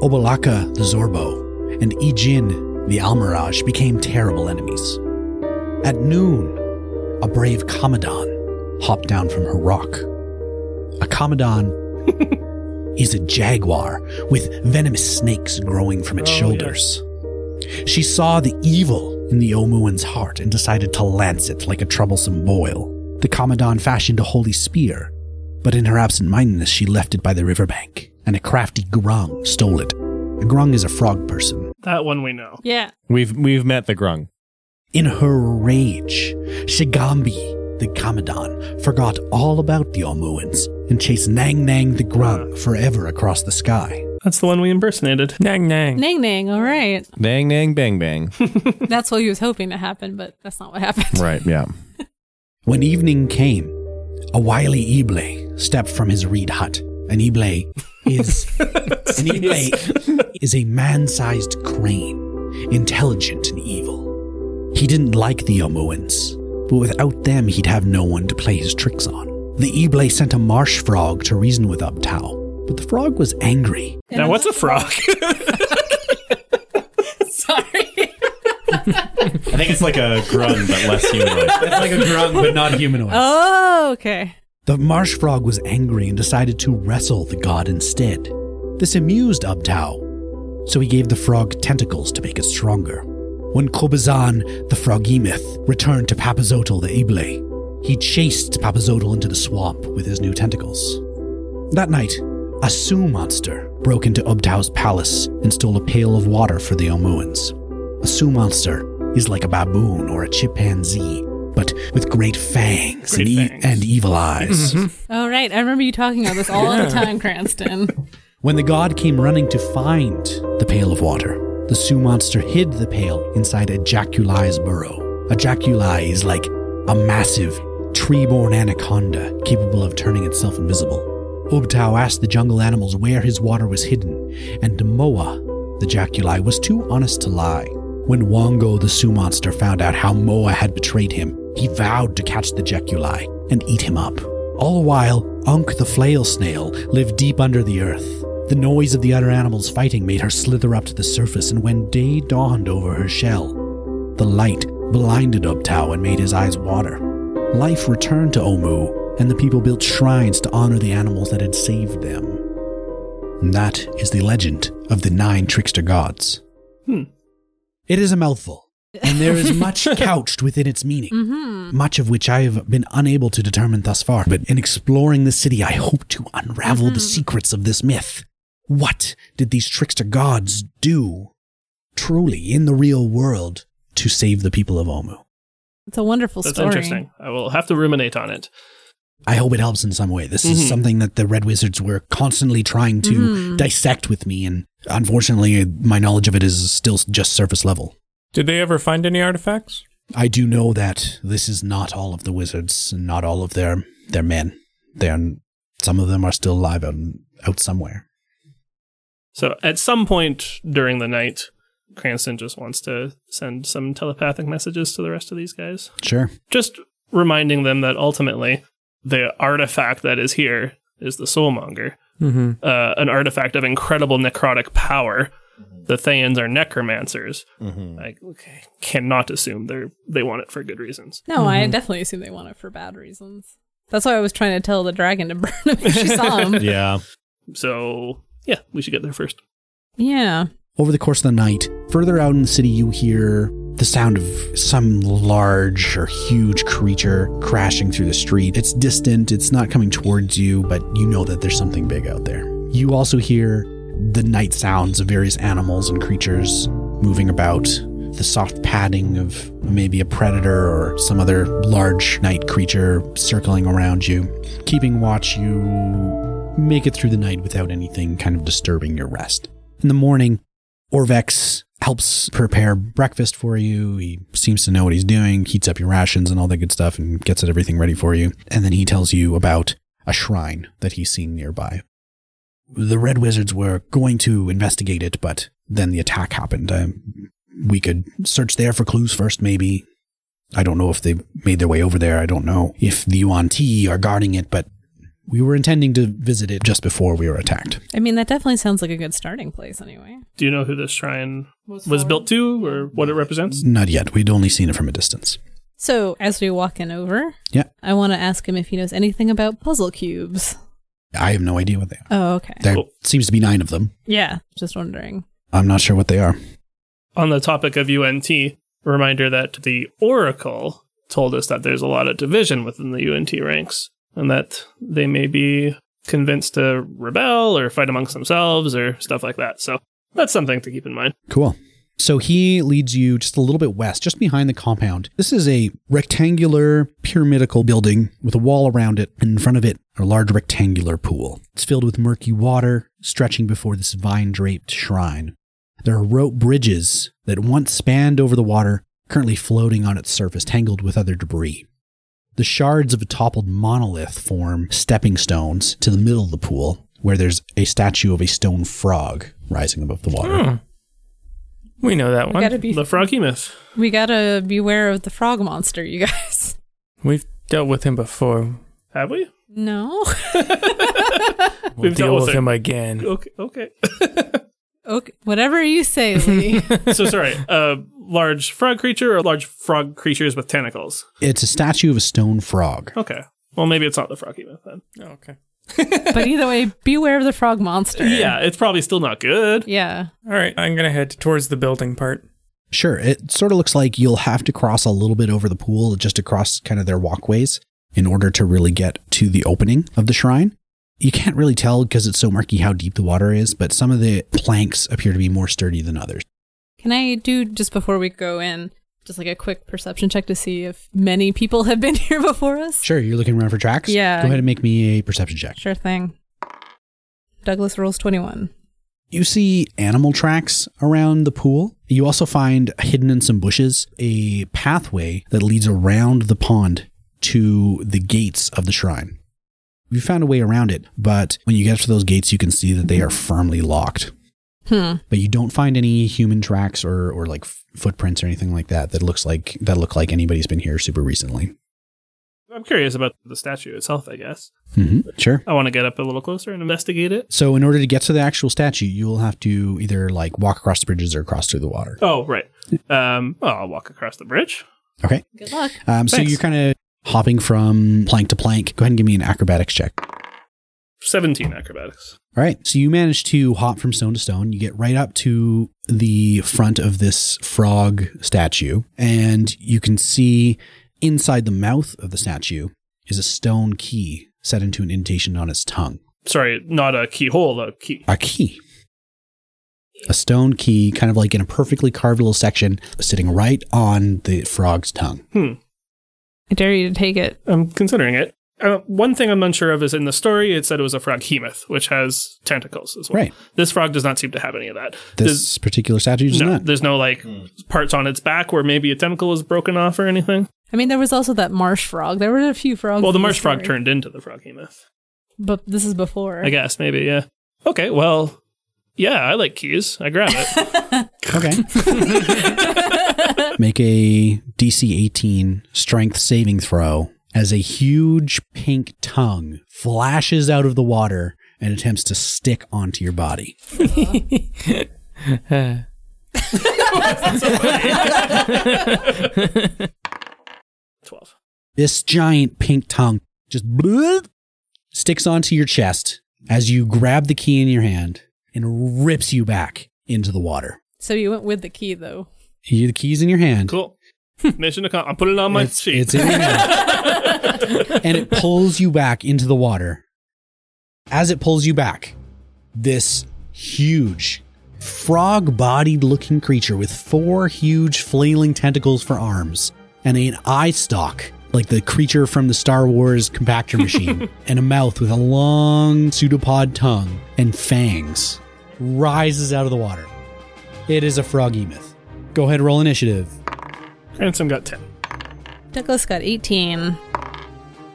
Speaker 2: Obalaka the Zorbo and Ijin the Almirage became terrible enemies. At noon, a brave Kamadan hopped down from her rock. A Kamadan is a jaguar with venomous snakes growing from its
Speaker 3: Oh,
Speaker 2: shoulders. She saw the evil in the Omuan's heart and decided to lance it like a troublesome boil. The Kamadan fashioned a holy spear, but in her absent mindedness, she left it by the riverbank, and a crafty Grung stole it. A Grung is a frog person.
Speaker 4: That one we know.
Speaker 6: Yeah.
Speaker 5: We've we've met the grung.
Speaker 2: In her rage, Shigambi, the Kamadan, forgot all about the Omuans and chased Nang Nang the Grung forever across the sky.
Speaker 4: That's the one we impersonated.
Speaker 3: Nang nang.
Speaker 6: Nang nang, all right.
Speaker 5: Bang nang bang bang.
Speaker 6: That's what he was hoping to happen, but that's not what happened.
Speaker 5: right, yeah.
Speaker 2: When evening came, a wily Ible stepped from his reed hut. An Ible is an Ible is a man-sized crane, intelligent and evil. He didn't like the Omuans, but without them he'd have no one to play his tricks on. The Ible sent a marsh frog to reason with Uptau, but the frog was angry.
Speaker 4: Now, what's a frog?
Speaker 6: Sorry.
Speaker 5: I think it's like a grung but less humanoid.
Speaker 2: It's like a grung, but not humanoid.
Speaker 6: oh, okay.
Speaker 2: The marsh frog was angry and decided to wrestle the god instead. This amused Ubtau, so he gave the frog tentacles to make it stronger. When Kobazan, the froggemyth, returned to Papazotl the Ible, he chased Papazotl into the swamp with his new tentacles. That night, a Sioux monster broke into Ubtau's palace and stole a pail of water for the Omuans. A Sioux monster is like a baboon or a chimpanzee, but with great fangs, and,
Speaker 4: Great
Speaker 2: e-
Speaker 4: fangs. Mm-hmm.
Speaker 2: and evil eyes.
Speaker 6: All right. I remember you talking about this all the time, Cranston.
Speaker 2: When the god came running to find the pail of water, the Sioux monster hid the pail inside a Jaculi's burrow. A Jaculi is like a massive, tree born anaconda capable of turning itself invisible. Ubtau asked the jungle animals where his water was hidden, and Moa, the Jaculi, was too honest to lie. When Wongo, the Sioux monster, found out how Moa had betrayed him, he vowed to catch the Jaculi and eat him up. All the while, Unk the flail snail lived deep under the earth. The noise of the other animals fighting made her slither up to the surface, and when day dawned over her shell, the light blinded Uptau and made his eyes water. Life returned to Omu, and the people built shrines to honor the animals that had saved them. And that is the legend of the nine trickster gods. It is a mouthful, and there is much couched within its meaning much of which I have been unable to determine thus far. But in exploring the city, I hope to unravel the secrets of this myth. What did these trickster gods do truly in the real world to save the people of Omu?
Speaker 6: It's a wonderful
Speaker 4: That's
Speaker 6: story.
Speaker 4: interesting. I will have to ruminate on it.
Speaker 2: I hope it helps in some way. This is something that the Red Wizards were constantly trying to dissect with me, and unfortunately, my knowledge of it is still just surface level.
Speaker 3: Did they ever find any artifacts?
Speaker 2: I do know that this is not all of the wizards, and not all of their their men. They're some of them are still alive out, out somewhere.
Speaker 4: So, at some point during the night, Cranston just wants to send some telepathic messages to the rest of these guys.
Speaker 2: Sure.
Speaker 4: Just reminding them that ultimately the artifact that is here is the Soulmonger,
Speaker 3: Mm-hmm.
Speaker 4: uh, an artifact of incredible necrotic power. The Thayans are necromancers. I c- cannot assume they are they want it for good reasons.
Speaker 6: No, I definitely assume they want it for bad reasons. That's why I was trying to tell the dragon to burn him if she saw him.
Speaker 5: Yeah.
Speaker 4: So, yeah, we should get there first.
Speaker 6: yeah.
Speaker 2: Over the course of the night, further out in the city, you hear the sound of some large or huge creature crashing through the street. It's distant, it's not coming towards you, but you know that there's something big out there. You also hear the night sounds of various animals and creatures moving about, the soft padding of maybe a predator or some other large night creature circling around you. Keeping watch, you make it through the night without anything kind of disturbing your rest. In the morning, Orvex helps prepare breakfast for you. He seems to know what he's doing, heats up your rations and all that good stuff, and gets everything ready for you. And then he tells you about a shrine that he's seen nearby. the Red Wizards were going to investigate it, but then the attack happened. Um, we could search there for clues first, maybe. I don't know if they made their way over there. I don't know if the Yuan Ti are guarding it, but we were intending to visit it just before we were attacked.
Speaker 6: I mean, that definitely sounds like a good starting place anyway.
Speaker 4: Do you know who this shrine was built to or what it represents?
Speaker 2: Not yet. We'd only seen it from a distance.
Speaker 6: So, as we walk in over,
Speaker 2: Yeah.
Speaker 6: I want to ask him if he knows anything about puzzle cubes.
Speaker 2: I have no idea what they are.
Speaker 6: Oh, okay.
Speaker 2: There
Speaker 4: Cool.
Speaker 2: seems to be nine of them.
Speaker 6: yeah, just wondering.
Speaker 2: I'm not sure what they are.
Speaker 4: On the topic of UNT, a reminder that the Oracle told us that there's a lot of division within the UNT ranks and that they may be convinced to rebel or fight amongst themselves or stuff like that. So that's something to keep in mind.
Speaker 2: Cool. So he leads you just a little bit west, just behind the compound. This is a rectangular pyramidical building with a wall around it, and in front of it, a large rectangular pool. It's filled with murky water stretching before this vine draped shrine. There are rope bridges that once spanned over the water, currently floating on its surface, tangled with other debris. The shards of a toppled monolith form stepping stones to the middle of the pool, where there's a statue of a stone frog rising above the water.
Speaker 3: Hmm. We know that
Speaker 6: We
Speaker 3: one.
Speaker 6: gotta be
Speaker 4: The Froggy Myth.
Speaker 6: we gotta beware of the frog monster, you guys.
Speaker 3: We've dealt with him before.
Speaker 4: Have we?
Speaker 6: No.
Speaker 3: We'll
Speaker 4: We've
Speaker 3: deal
Speaker 4: dealt with
Speaker 3: with
Speaker 4: it.
Speaker 3: him again.
Speaker 4: Okay. Okay.
Speaker 6: Okay, whatever you say, Lee.
Speaker 4: so sorry. A large frog creature or large frog creatures with tentacles?
Speaker 2: It's a statue of a stone frog.
Speaker 4: Okay. Well, maybe it's not the Froggy Myth then.
Speaker 3: okay.
Speaker 6: but either way, beware of the frog monster.
Speaker 4: Yeah, it's probably still not good.
Speaker 6: Yeah.
Speaker 3: All right, I'm gonna head towards the building part.
Speaker 2: Sure, it sort of looks like you'll have to cross a little bit over the pool, just across kind of their walkways, in order to really get to the opening of the shrine. You can't really tell because it's so murky how deep the water is, but some of the planks appear to be more sturdy than others.
Speaker 6: Can I do just before we go in, just like a quick perception check to see if many people have been here before us?
Speaker 2: Sure, you're looking around for tracks?
Speaker 6: Yeah.
Speaker 2: Go ahead and make me a perception check.
Speaker 6: Sure thing. Douglas rolls 21.
Speaker 2: You see animal tracks around the pool. You also find hidden in some bushes a pathway that leads around the pond to the gates of the shrine. You found a way around it, but when you get to those gates, you can see that they are firmly locked.
Speaker 6: Hmm.
Speaker 2: But you don't find any human tracks or, or like f- footprints or anything like that that looks like that look like anybody's been here super recently.
Speaker 4: I'm curious about the statue itself, I guess.
Speaker 2: hmm Sure.
Speaker 4: I want to get up a little closer and investigate it.
Speaker 2: So in order to get to the actual statue, you will have to either like walk across the bridges or cross through the water.
Speaker 4: Oh, right. Um, well, I'll walk across the bridge.
Speaker 2: Okay.
Speaker 6: Good luck.
Speaker 2: Um, so
Speaker 4: Thanks.
Speaker 2: you're kind of hopping from plank to plank. Go ahead and give me an acrobatics check.
Speaker 4: 17 acrobatics.
Speaker 2: All right. So you manage to hop from stone to stone. You get right up to the front of this frog statue, and you can see inside the mouth of the statue is a stone key set into an indentation on its tongue.
Speaker 4: Sorry, not a keyhole, a key.
Speaker 2: A key. A stone key, kind of like in a perfectly carved little section, sitting right on the frog's tongue.
Speaker 4: Hmm.
Speaker 6: I dare you to take it.
Speaker 4: I'm considering it. Uh, one thing I'm unsure of is in the story, it said it was a frog hemoth, which has tentacles as well.
Speaker 2: Right.
Speaker 4: This frog does not seem to have any of that.
Speaker 2: This particular statue
Speaker 4: There's,
Speaker 2: does
Speaker 4: no,
Speaker 2: not.
Speaker 4: there's no like parts on its back where maybe a tentacle was broken off or anything.
Speaker 6: I mean, there was also that marsh frog. There were a few frogs.
Speaker 4: Well, the
Speaker 6: in
Speaker 4: marsh frog
Speaker 6: story.
Speaker 4: turned into the frog hemoth.
Speaker 6: But this is before.
Speaker 4: I guess maybe yeah. Okay, well, yeah, I like keys. I grab it.
Speaker 2: Okay. Make a DC 18 strength saving throw as a huge pink tongue flashes out of the water and attempts to stick onto your body.
Speaker 4: Twelve.
Speaker 2: This giant pink tongue just bloop, sticks onto your chest as you grab the key in your hand and rips you back into the water.
Speaker 6: so you went with the key, though.
Speaker 2: You the keys in your hand.
Speaker 4: Cool. Mission accomplished. I'm putting it on my
Speaker 2: It's,
Speaker 4: sheet.
Speaker 2: it's in your hand. and it pulls you back into the water. As it pulls you back, this huge frog bodied looking creature with four huge flailing tentacles for arms and an eye stalk like the creature from the Star Wars compactor machine and a mouth with a long pseudopod tongue and fangs rises out of the water. It is a frog myth. Go ahead, roll initiative.
Speaker 4: Ransom got ten.
Speaker 6: Douglas got 18.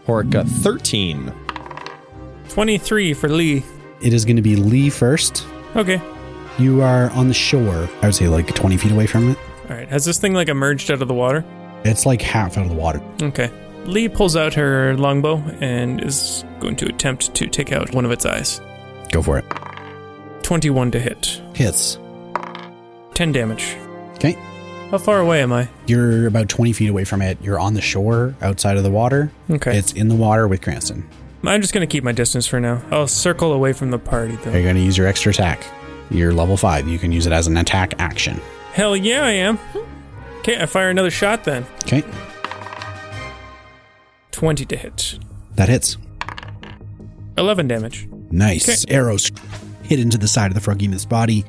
Speaker 5: Horka 13.
Speaker 3: 23 for Lee.
Speaker 2: It is going to be Lee first.
Speaker 3: Okay.
Speaker 2: You are on the shore. I would say like 20 feet away from it.
Speaker 3: All right. Has this thing like emerged out of the water?
Speaker 2: It's like half out of the water.
Speaker 3: Okay. Lee pulls out her longbow and is going to attempt to take out one of its eyes.
Speaker 2: Go for it.
Speaker 3: 21 to hit.
Speaker 2: Hits.
Speaker 3: 10 damage.
Speaker 2: Okay.
Speaker 3: How far away am I?
Speaker 2: You're about 20 feet away from it. You're on the shore outside of the water.
Speaker 3: Okay.
Speaker 2: It's in the water with Cranston.
Speaker 3: I'm just going to keep my distance for now. I'll circle away from the party
Speaker 2: Are you
Speaker 3: though.
Speaker 2: going to use your extra attack? You're level five. You can use it as an attack action.
Speaker 3: Hell yeah, I am. Okay, I fire another shot then.
Speaker 2: Okay.
Speaker 3: 20 to hit.
Speaker 2: That hits.
Speaker 3: 11 damage.
Speaker 2: Nice. Arrows hit into the side of the frog demon's body,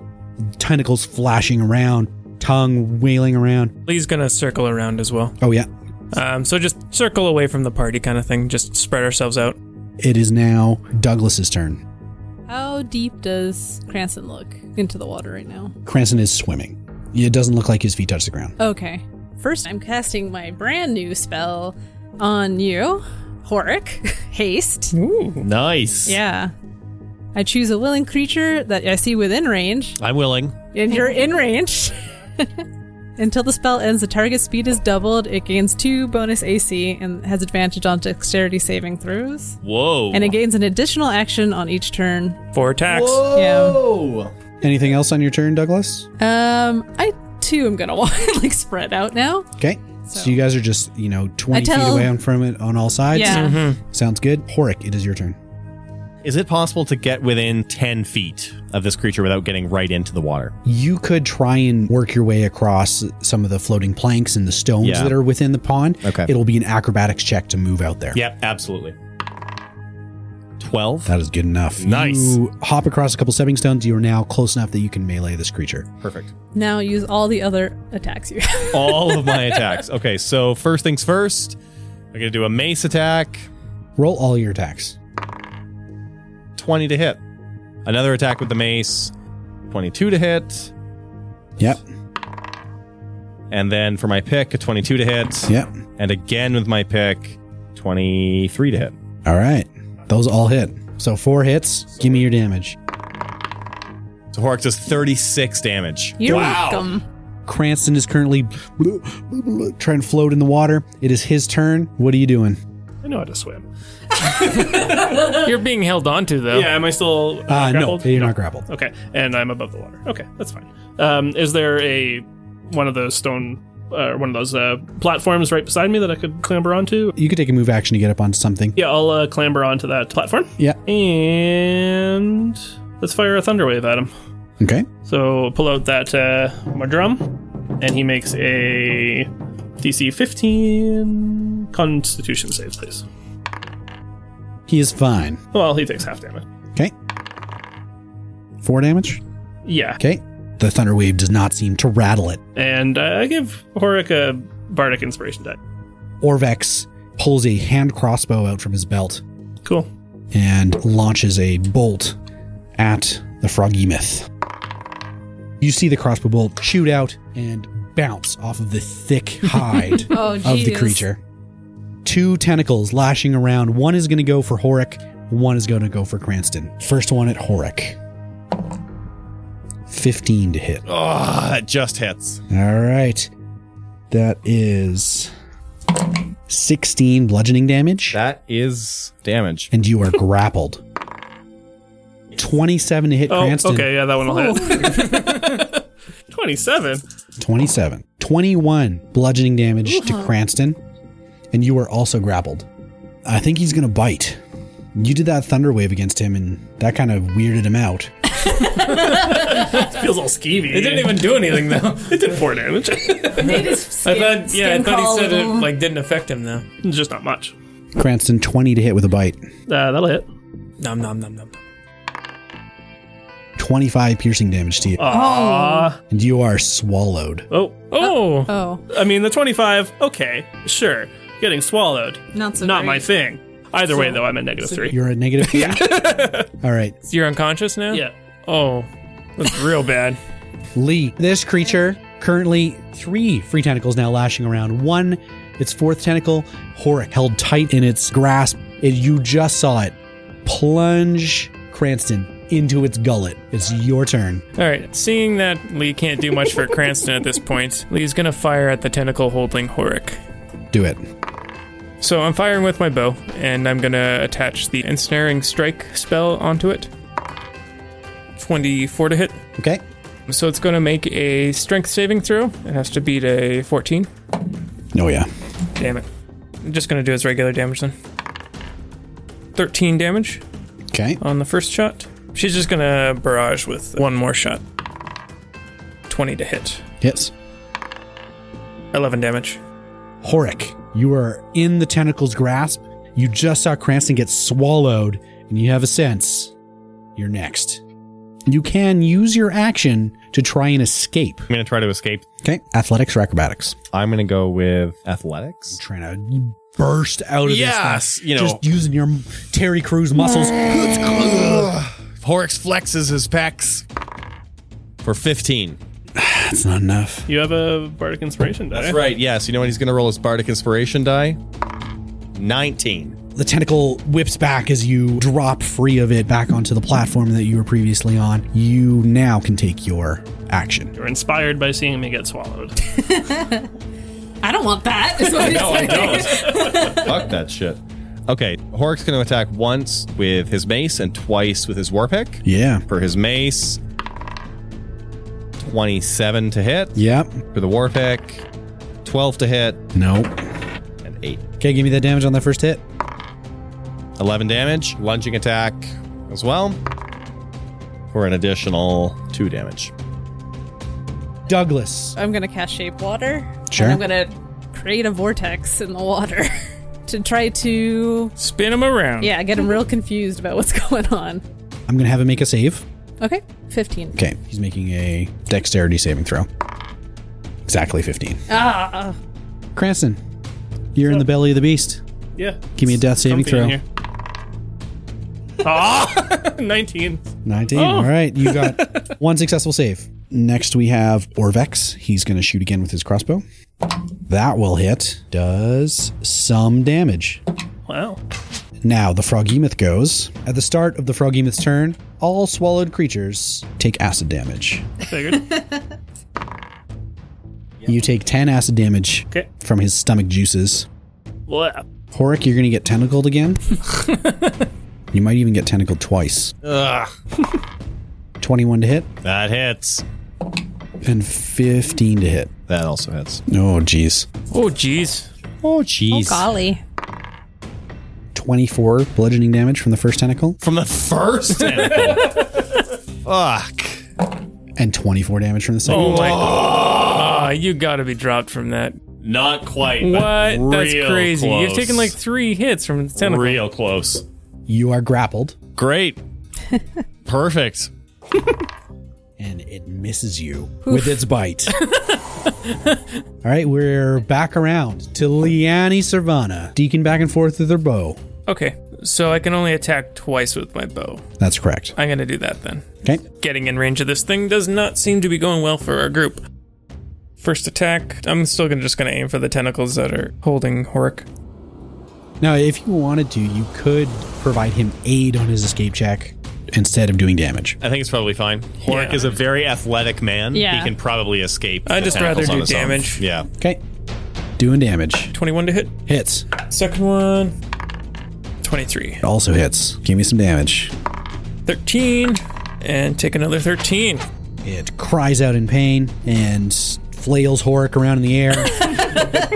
Speaker 2: tentacles flashing around, tongue wailing around.
Speaker 3: Lee's going to circle around as well.
Speaker 2: Oh, yeah.
Speaker 3: Um, so just circle away from the party kind of thing. Just spread ourselves out.
Speaker 2: It is now Douglas's turn.
Speaker 6: How deep does Cranston look into the water right now?
Speaker 2: Cranston is swimming. It doesn't look like his feet touch the ground.
Speaker 6: Okay. First, I'm casting my brand new spell on you, Horik. Haste.
Speaker 5: Nice.
Speaker 6: Yeah. I choose a willing creature that I see within range,
Speaker 5: I'm willing.
Speaker 6: and you're in range. Until the spell ends, the target's speed is doubled. It gains two bonus AC and has advantage on dexterity saving throws.
Speaker 5: Whoa.
Speaker 6: And it gains an additional action on each turn.
Speaker 3: Four attacks.
Speaker 5: Whoa.
Speaker 2: Anything else on your turn, Douglas?
Speaker 6: Um, I too am gonna walk like spread out now.
Speaker 2: Okay. So, you guys are just, you know, 20
Speaker 6: I tell-
Speaker 2: feet away from it on all sides.
Speaker 6: Yeah.
Speaker 5: Mm-hmm.
Speaker 2: Sounds good. Horik, it is your turn.
Speaker 5: Is it possible to get within 10 feet of this creature without getting right into the water?
Speaker 2: You could try and work your way across some of the floating planks and the stones
Speaker 5: Yeah.
Speaker 2: that are within the pond.
Speaker 5: Okay.
Speaker 2: It'll be an acrobatics check to move out there.
Speaker 5: Yep, absolutely. 12?
Speaker 2: That is good enough.
Speaker 5: Nice.
Speaker 2: You hop across a couple stepping stones. You are now close enough that you can melee this creature.
Speaker 5: Perfect.
Speaker 6: Now use all the other attacks you have.
Speaker 5: All of my attacks. Okay, so first things first, I'm going to do a mace attack,
Speaker 2: Roll all your attacks.
Speaker 5: 20 to hit. Another attack with the mace, 22 to hit.
Speaker 2: Yep.
Speaker 5: And then for my pick, a 22 to hit.
Speaker 2: Yep.
Speaker 5: And again with my pick, 23 to hit.
Speaker 2: All right. Those all hit. So four hits. Give me your damage.
Speaker 5: So Horrocks does 36 damage.
Speaker 6: You're welcome.
Speaker 2: Cranston is currently trying to float in the water. It is his turn. What are you doing?
Speaker 4: I know how to swim.
Speaker 3: You're being held onto though.
Speaker 4: Yeah, am I still uh,
Speaker 2: Uh, no,
Speaker 4: grappled?
Speaker 2: you're not grappled.
Speaker 4: Okay, and I'm above the water. Okay, that's fine. Um, is there a one of those stone uh, one of those uh, platforms right beside me that I could clamber onto?
Speaker 2: You could take a move action to get up onto something.
Speaker 4: Yeah, I'll uh, clamber onto that platform
Speaker 2: Yeah.
Speaker 4: and let's fire a thunder wave at him.
Speaker 2: Okay.
Speaker 4: So pull out that uh, my drum, and he makes a DC 15 Constitution save, please.
Speaker 2: He is fine.
Speaker 4: Well, he takes half damage.
Speaker 2: Okay. Four damage.
Speaker 4: Yeah,
Speaker 2: Okay. The thunder wave does not seem to rattle it.
Speaker 4: and uh, I give Horik a bardic inspiration die.
Speaker 2: Orvex pulls a hand crossbow out from his belt
Speaker 4: Cool.
Speaker 2: and launches a bolt at the froggy myth. You see the crossbow bolt shoot out and bounce off of the thick hide
Speaker 6: Oh,
Speaker 2: of the
Speaker 6: jeez.
Speaker 2: creature. Two tentacles lashing around. One is going to go for Horik, one is going to go for Cranston. First one at Horik. 15 to hit.
Speaker 5: Oh, it just hits.
Speaker 2: All right. That is 16 bludgeoning damage,
Speaker 5: That is damage.
Speaker 2: and you are grappled. 27 to hit
Speaker 4: Oh,
Speaker 2: Cranston.
Speaker 4: okay, yeah, that one will hit.
Speaker 3: Oh.
Speaker 4: 27.
Speaker 2: 27. 21 bludgeoning damage to Cranston, and you are also grappled. I think he's going to bite. You did that thunder wave against him, and that kind of weirded him out.
Speaker 4: Feels all skeevy.
Speaker 3: It didn't even do anything though.
Speaker 4: It did four damage.
Speaker 6: Made his
Speaker 3: I
Speaker 6: skin,
Speaker 3: thought, yeah, I
Speaker 6: skin
Speaker 3: thought
Speaker 6: crawl
Speaker 3: he said
Speaker 6: a
Speaker 3: it
Speaker 6: little.
Speaker 3: like didn't affect him though.
Speaker 4: Just not much.
Speaker 2: Cranston, 20 to hit with a bite.
Speaker 4: Uh, that'll hit.
Speaker 3: Nom nom nom nom.
Speaker 2: 25 piercing damage
Speaker 3: Oh.
Speaker 2: to you,
Speaker 4: Aww.
Speaker 2: and you are swallowed.
Speaker 4: Oh. Oh.
Speaker 6: Oh,
Speaker 4: I mean, the 25, okay, sure. Getting swallowed.
Speaker 6: not so.
Speaker 4: Not
Speaker 6: great.
Speaker 4: my thing. Either way, though, I'm at negative three.
Speaker 2: You're at negative three. All right.
Speaker 3: You're unconscious now.
Speaker 4: Yeah.
Speaker 3: Oh, that's real bad.
Speaker 2: Lee. This creature, currently three free tentacles now lashing around. One, its fourth tentacle, Horik, held tight in its grasp. It, you just saw it plunge Cranston into its gullet. It's your turn.
Speaker 3: All right. Seeing that Lee can't do much for Cranston at this point, Lee's gonna fire at the tentacle holding Horik.
Speaker 2: Do it.
Speaker 3: So I'm firing with my bow, and I'm gonna attach the ensnaring strike spell onto it. 24 to hit.
Speaker 2: Okay.
Speaker 3: So it's gonna make a strength saving throw. It has to beat a 14.
Speaker 2: Oh, yeah.
Speaker 3: Damn it. I'm just gonna do his regular damage then. 13 damage
Speaker 2: Okay.
Speaker 3: on the first shot. She's just gonna barrage with one more shot. 20 to hit.
Speaker 2: Hits.
Speaker 3: 11 damage.
Speaker 2: Horik, you are in the tentacle's grasp. You just saw Cranston get swallowed, and you have a sense you're next. You can use your action to try and escape.
Speaker 5: I'm going to try to escape.
Speaker 2: Okay. Athletics or acrobatics?
Speaker 5: I'm going to go with athletics.
Speaker 2: Trying to burst out of this.
Speaker 5: Yes,
Speaker 2: thing.
Speaker 5: you know.
Speaker 2: Just using your Terry Crews muscles.
Speaker 5: Horix flexes his pecs for 15.
Speaker 2: That's not enough.
Speaker 4: You have a bardic inspiration die.
Speaker 5: That's right. Yes. You know what? He's going to roll his bardic inspiration die. 19.
Speaker 2: The tentacle whips back as you drop free of it back onto the platform that you were previously on. You now can take your action.
Speaker 4: You're inspired by seeing me get swallowed.
Speaker 7: I don't want that. Is what no,
Speaker 5: Fuck that shit. Okay. Horix going to attack once with his mace and twice with his war pick.
Speaker 2: Yeah.
Speaker 5: For his mace, 27 to hit.
Speaker 2: Yep.
Speaker 5: For the war pick, 12 to hit
Speaker 2: Nope.
Speaker 5: and 8.
Speaker 2: Okay, give me that damage on that first hit.
Speaker 5: 11 damage, lunging attack as well for an additional 2 damage.
Speaker 2: Douglas.
Speaker 6: I'm gonna cast shape water.
Speaker 2: Sure.
Speaker 6: And I'm gonna create a vortex in the water to try to
Speaker 3: Spin him around.
Speaker 6: yeah get him real confused about what's going on.
Speaker 2: I'm going to have him make a save.
Speaker 6: Okay, 15.
Speaker 2: Okay. He's making a dexterity saving throw. Exactly 15.
Speaker 4: uh.
Speaker 6: Ah,
Speaker 2: Cranston, you're in the belly of the beast.
Speaker 4: yeah.
Speaker 2: Give me a death saving
Speaker 4: Comfy
Speaker 2: throw.
Speaker 4: in here. Ah, 19.
Speaker 2: 19. All right. You got one successful save. Next, we have Orvex. He's going to shoot again with his crossbow. That will hit. Does some damage.
Speaker 4: Wow.
Speaker 2: Now, the Frogemoth goes. At the start of the Frogemoth's turn, all swallowed creatures take acid damage.
Speaker 4: Figured.
Speaker 2: You take 10 acid damage
Speaker 4: Okay.
Speaker 2: from his stomach juices.
Speaker 4: Blah.
Speaker 2: Horik, you're going to get tentacled again. you might even get tentacled twice.
Speaker 5: Ugh,
Speaker 2: 21 to hit
Speaker 5: that hits.
Speaker 2: and 15 to hit.
Speaker 5: That also hits.
Speaker 2: Oh, jeez.
Speaker 3: Oh, jeez.
Speaker 5: Oh jeez.
Speaker 6: golly.
Speaker 2: 24 bludgeoning damage from the first tentacle
Speaker 5: From the first tentacle. Fuck.
Speaker 2: and 24 damage from the second.
Speaker 3: Oh my. Ah, you gotta be dropped from that.
Speaker 5: Not quite.
Speaker 3: What? That's
Speaker 4: real
Speaker 3: crazy. You've
Speaker 4: close.
Speaker 3: taken like three hits from the tentacle.
Speaker 5: Real close.
Speaker 2: You are grappled
Speaker 5: Great. Perfect.
Speaker 2: and it misses you with its bite. All right, we're back around to Liani Servana, deacon back and forth with her bow.
Speaker 3: Okay, so I can only attack twice with my bow.
Speaker 2: That's correct.
Speaker 3: I'm gonna do that then.
Speaker 2: Okay.
Speaker 3: Getting in range of this thing does not seem to be going well for our group. First attack, I'm still gonna just gonna aim for the tentacles that are holding Horik.
Speaker 2: Now, if you wanted to, you could provide him aid on his escape check instead of doing damage.
Speaker 5: I think it's probably fine. Horik
Speaker 3: Yeah.
Speaker 5: is a very athletic man.
Speaker 6: Yeah.
Speaker 5: He can probably escape.
Speaker 3: I'd
Speaker 5: the
Speaker 3: just rather
Speaker 5: tentacles on
Speaker 3: do
Speaker 5: his own.
Speaker 3: damage.
Speaker 5: Yeah.
Speaker 2: Okay. Doing damage.
Speaker 3: 21 to hit.
Speaker 2: Hits.
Speaker 3: Second one, 23.
Speaker 2: Also hits. Give me some damage.
Speaker 3: 13, and take another 13.
Speaker 2: It cries out in pain and flails Horik around in the air.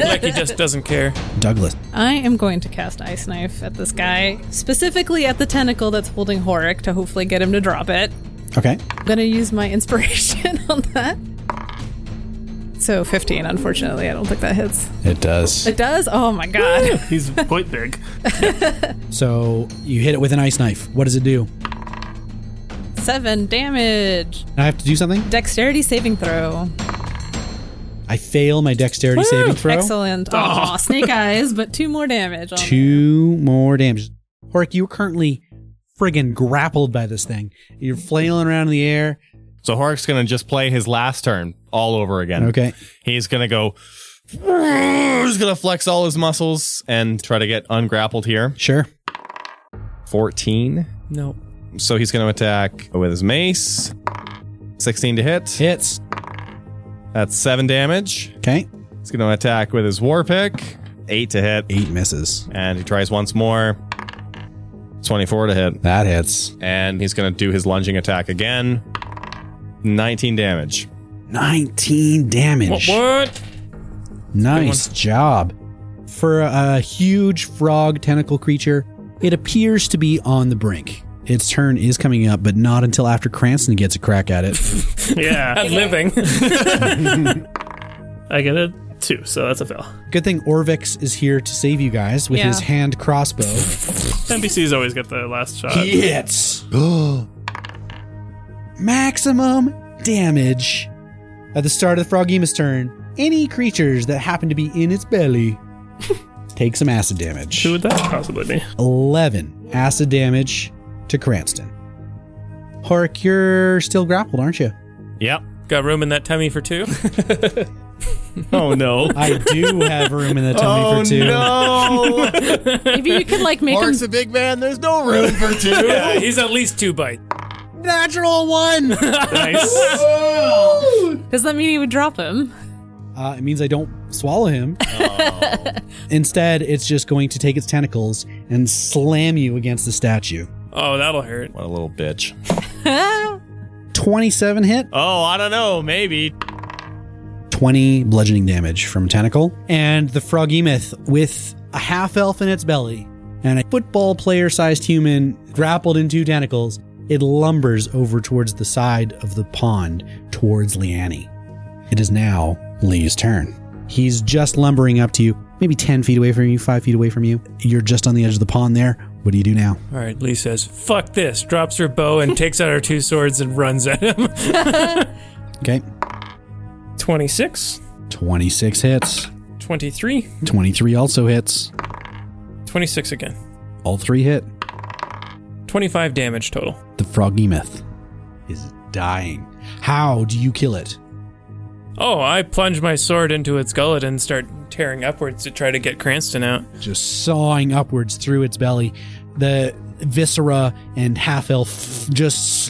Speaker 3: Like he just doesn't care.
Speaker 2: Douglas.
Speaker 6: I am going to cast Ice Knife at this guy, specifically at the tentacle that's holding Horik to hopefully get him to drop it.
Speaker 2: Okay.
Speaker 6: I'm gonna use my inspiration on that. So 15, unfortunately, I don't think that hits.
Speaker 2: It does.
Speaker 6: It does? Oh my god.
Speaker 4: He's quite big.
Speaker 2: So you hit it with an ice knife. What does it do?
Speaker 6: Seven damage.
Speaker 2: I have to do something?
Speaker 6: Dexterity saving throw.
Speaker 2: I fail my dexterity saving throw.
Speaker 6: Excellent. Aw, snake eyes, but two more damage. On
Speaker 2: Two more damage. Horik, you are currently friggin' grappled by this thing. You're flailing around in the air.
Speaker 5: So Horik's going to just play his last turn all over again.
Speaker 2: Okay.
Speaker 5: He's gonna go. He's gonna flex all his muscles and try to get ungrappled here.
Speaker 2: Sure.
Speaker 5: Fourteen.
Speaker 3: No.
Speaker 5: So he's going to attack with his mace. 16 to hit.
Speaker 2: Hits.
Speaker 5: That's seven damage.
Speaker 2: Okay.
Speaker 5: He's going to attack with his war pick. Eight to hit.
Speaker 2: Eight misses.
Speaker 5: And he tries once more. 24 to hit.
Speaker 2: That hits.
Speaker 5: And he's going to do his lunging attack again. 19 damage.
Speaker 2: 19
Speaker 3: What?
Speaker 2: damage.
Speaker 3: what?
Speaker 2: Nice job. For a huge frog tentacle creature, it appears to be on the brink. Its turn is coming up, but not until after Cranston gets a crack at it.
Speaker 4: Yeah.
Speaker 3: I'm living.
Speaker 4: I get a two, so that's a fail.
Speaker 2: Good thing Orvix is here to save you guys with
Speaker 6: Yeah.
Speaker 2: his hand crossbow.
Speaker 4: NPCs always get the last shot.
Speaker 2: hits. Maximum damage. At the start of the Frogima's turn, any creatures that happen to be in its belly take some acid damage.
Speaker 4: Who would that possibly be?
Speaker 2: 11 acid damage to Cranston. Horik, you're still grappled, aren't you?
Speaker 5: Yep.
Speaker 3: Got room in that tummy for two?
Speaker 5: Oh, no. Oh,
Speaker 2: I do have room in the tummy for two.
Speaker 5: no.
Speaker 6: Maybe you could like make him
Speaker 5: Mark's a big man. There's no room for two.
Speaker 3: yeah, he's at least two bites.
Speaker 2: Natural one!
Speaker 4: Nice.
Speaker 6: Does that mean he would drop him?
Speaker 2: Uh, it means I don't swallow him. Instead, it's just going to take its tentacles and slam you against the statue.
Speaker 3: Oh, that'll hurt.
Speaker 5: What a little bitch.
Speaker 2: 27 hit,
Speaker 5: Oh, I don't know. Maybe.
Speaker 2: 20 bludgeoning damage from tentacle. And the Frogemoth, with a half elf in its belly and a football player sized human grappled in two tentacles, it lumbers over towards the side of the pond towards Liani. It is now Lee's turn. He's just lumbering up to you, maybe 10 feet away from you, 5 feet away from you. You're just on the edge of the pond there. What do you do now?
Speaker 3: All right, Lee says, fuck this, drops her bow and takes out her two swords and runs at him.
Speaker 2: Okay.
Speaker 3: 26,
Speaker 2: 26 hits.
Speaker 3: 23,
Speaker 2: 23 also hits.
Speaker 3: 26 again.
Speaker 2: All three hit.
Speaker 3: 25 damage total.
Speaker 2: The froggy myth is dying. How do you kill it?
Speaker 3: Oh, I plunge my sword into its gullet and start tearing upwards to try to get Cranston out.
Speaker 2: Just sawing upwards through its belly. The viscera and half elf just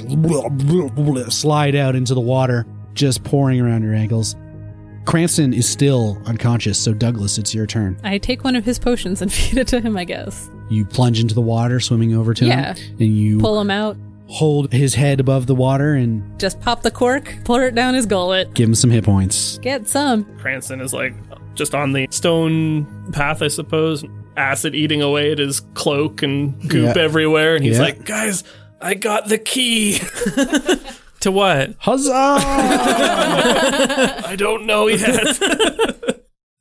Speaker 2: slide out into the water, just pouring around your ankles. Cranston is still unconscious, so Douglas, it's your turn.
Speaker 6: I take one of his potions and feed it to him, I guess.
Speaker 2: You plunge into the water, swimming over to
Speaker 6: Yeah.
Speaker 2: him, and you
Speaker 6: Pull him out,
Speaker 2: hold his head above the water and
Speaker 6: just pop the cork, pour it down his gullet.
Speaker 2: give him some hit points.
Speaker 6: Get some.
Speaker 4: Cranston is like just on the stone path, I suppose, acid eating away at his cloak and goop
Speaker 2: Yeah.
Speaker 4: everywhere. And he's
Speaker 2: Yeah.
Speaker 4: like, guys, I got the key.
Speaker 3: To what?
Speaker 2: Huzzah!
Speaker 4: I don't know yet.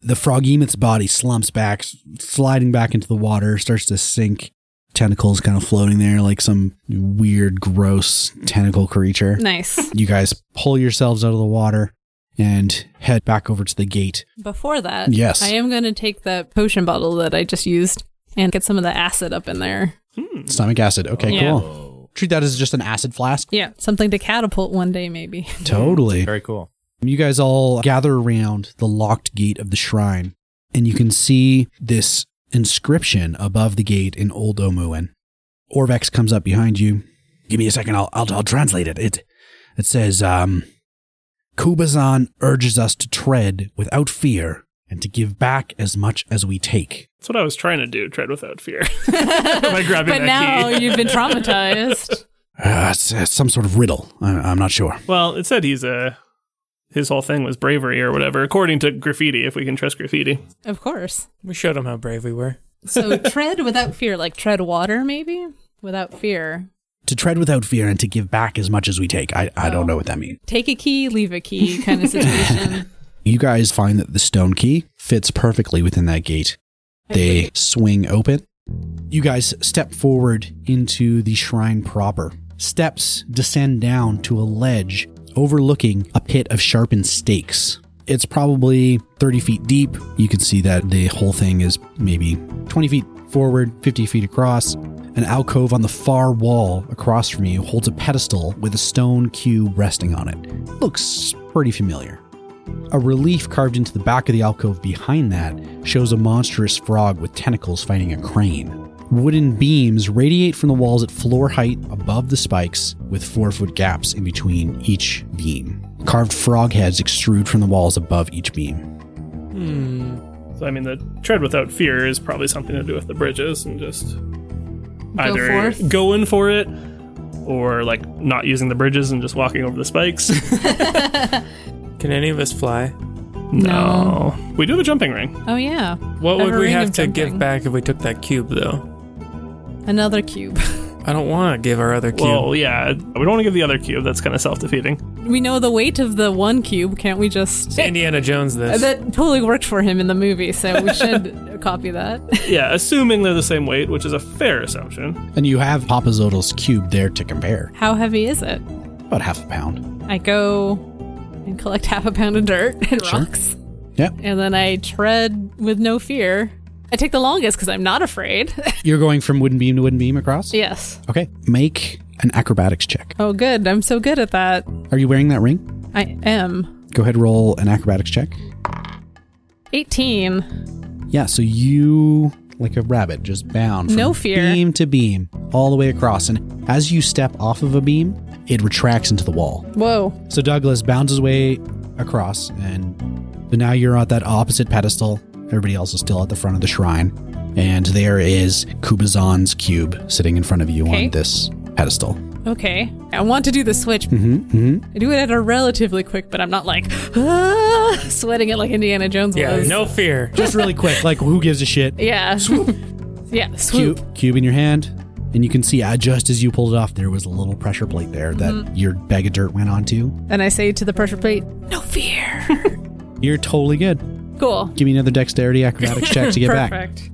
Speaker 2: the frogemoth's body slumps back, s- sliding back into the water, starts to sink. Tentacles kind of floating there like some weird, gross tentacle creature.
Speaker 6: Nice.
Speaker 2: You guys pull yourselves out of the water and head back over to the gate.
Speaker 6: Before that,
Speaker 2: Yes.
Speaker 6: I am going to take the potion bottle that I just used and get some of the acid up in there.
Speaker 2: Stomach acid. Okay,
Speaker 6: Yeah.
Speaker 2: cool. Treat that as just an acid flask.
Speaker 6: Yeah, something to catapult one day, maybe.
Speaker 2: Totally.
Speaker 5: Very cool.
Speaker 2: You guys all gather around the locked gate of the shrine, and you can see this inscription above the gate in Old Omuin. Orvex comes up behind you. Give me a second, I'll, I'll, I'll translate it. It, it says, um, Kubazan urges us to tread without fear and to give back as much as we take.
Speaker 4: That's what I was trying to do. Tread without fear. By grabbing
Speaker 6: but
Speaker 4: that
Speaker 6: now
Speaker 4: key.
Speaker 6: you've been traumatized.
Speaker 2: Uh, it's, uh, some sort of riddle. I, I'm not sure.
Speaker 4: Well, it said he's a. His whole thing was bravery or whatever, according to graffiti, if we can trust graffiti.
Speaker 6: of course.
Speaker 3: We showed him how brave we were.
Speaker 6: So tread without fear, like tread water, maybe? Without fear.
Speaker 2: To tread without fear and to give back as much as we take. I, I don't know what that means.
Speaker 6: Take a key, leave a key kind of situation.
Speaker 2: You guys find that the stone key fits perfectly within that gate. They swing open. You guys step forward into the shrine proper. Steps descend down to a ledge overlooking a pit of sharpened stakes. It's probably 30 feet deep. You can see that the whole thing is maybe 20 feet forward, 50 feet across. An alcove on the far wall across from you holds a pedestal with a stone cube resting on it. Looks pretty familiar. A relief carved into the back of the alcove behind that shows a monstrous frog with tentacles fighting a crane. Wooden beams radiate from the walls at floor height above the spikes, with four foot gaps in between each beam. Carved frog heads extrude from the walls above each beam.
Speaker 4: So I mean, the tread without fear is probably something to do with the bridges and just either
Speaker 7: forth.
Speaker 4: going for it or like not using the bridges and just walking over the spikes.
Speaker 3: Can any of us fly?
Speaker 4: no, we do have a jumping ring.
Speaker 6: Oh yeah.
Speaker 3: What
Speaker 6: Have
Speaker 3: would
Speaker 6: a
Speaker 3: we
Speaker 6: ring
Speaker 3: have
Speaker 6: of
Speaker 3: to give
Speaker 6: jumping.
Speaker 3: back if we took that cube, though?
Speaker 6: Another cube.
Speaker 3: I don't want to give our other cube.
Speaker 4: Well, yeah, we don't want to give the other cube. That's kind of self defeating.
Speaker 6: we know the weight of the one cube. Can't we just?
Speaker 3: Indiana Jones, this.
Speaker 6: That totally worked for him in the movie, so we should copy that.
Speaker 4: Yeah, assuming they're the same weight, which is a fair assumption.
Speaker 2: And you have Papazotle's cube there to compare.
Speaker 6: How heavy is it?
Speaker 2: About half a pound.
Speaker 6: I go and collect half a pound of dirt and rocks,
Speaker 2: Yep.
Speaker 6: and then I tread with no fear. I take the longest because I'm not afraid.
Speaker 2: You're going from wooden beam to wooden beam across?
Speaker 6: yes.
Speaker 2: Okay. Make an acrobatics check.
Speaker 6: Oh, good. I'm so good at that.
Speaker 2: Are you wearing that ring?
Speaker 6: I am.
Speaker 2: Go ahead, roll an acrobatics check.
Speaker 6: 18.
Speaker 2: Yeah, so you, like a rabbit, just bound from
Speaker 6: No fear.
Speaker 2: beam to beam all the way across. And as you step off of a beam, it retracts into the wall.
Speaker 6: Whoa.
Speaker 2: So Douglas bounds his way across, and so now you're at that opposite pedestal. Everybody else is still at the front of the shrine. And there is Kubazan's cube sitting in front of you
Speaker 6: Okay.
Speaker 2: on this pedestal.
Speaker 6: Okay. I want to do the switch.
Speaker 2: Mm-hmm.
Speaker 6: I do it at a relatively quick, but I'm not like ah, sweating it like Indiana Jones
Speaker 3: yeah,
Speaker 6: was.
Speaker 3: no fear.
Speaker 2: Just really quick, like who gives a shit?
Speaker 6: Yeah. Swoop. yeah. Swoop.
Speaker 2: Cube, cube in your hand, and you can see uh, just as you pulled it off, there was a little pressure plate there that your bag of dirt went onto.
Speaker 6: And I say to the pressure plate, "No fear."
Speaker 2: You're totally good.
Speaker 6: cool.
Speaker 2: Give me another dexterity acrobatics check to get back.
Speaker 6: Perfect.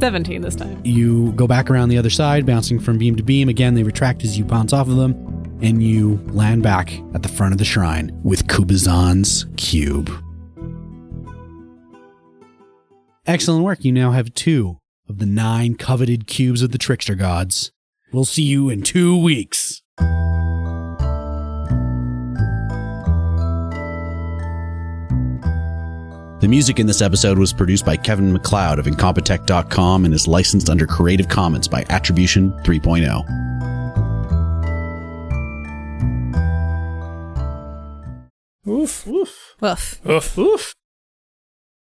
Speaker 6: Seventeen this time.
Speaker 2: You go back around the other side, bouncing from beam to beam. Again, they retract as you bounce off of them, and you land back at the front of the shrine with Kubazan's cube. Excellent work. You now have two of the nine coveted cubes of the trickster gods. We'll see you in two weeks.
Speaker 1: The music in this episode was produced by Kevin McLeod of Incompetech.com and is licensed under Creative Commons by Attribution oh. 3.0.
Speaker 4: Oof, oof,
Speaker 6: Woof.
Speaker 4: oof, oof.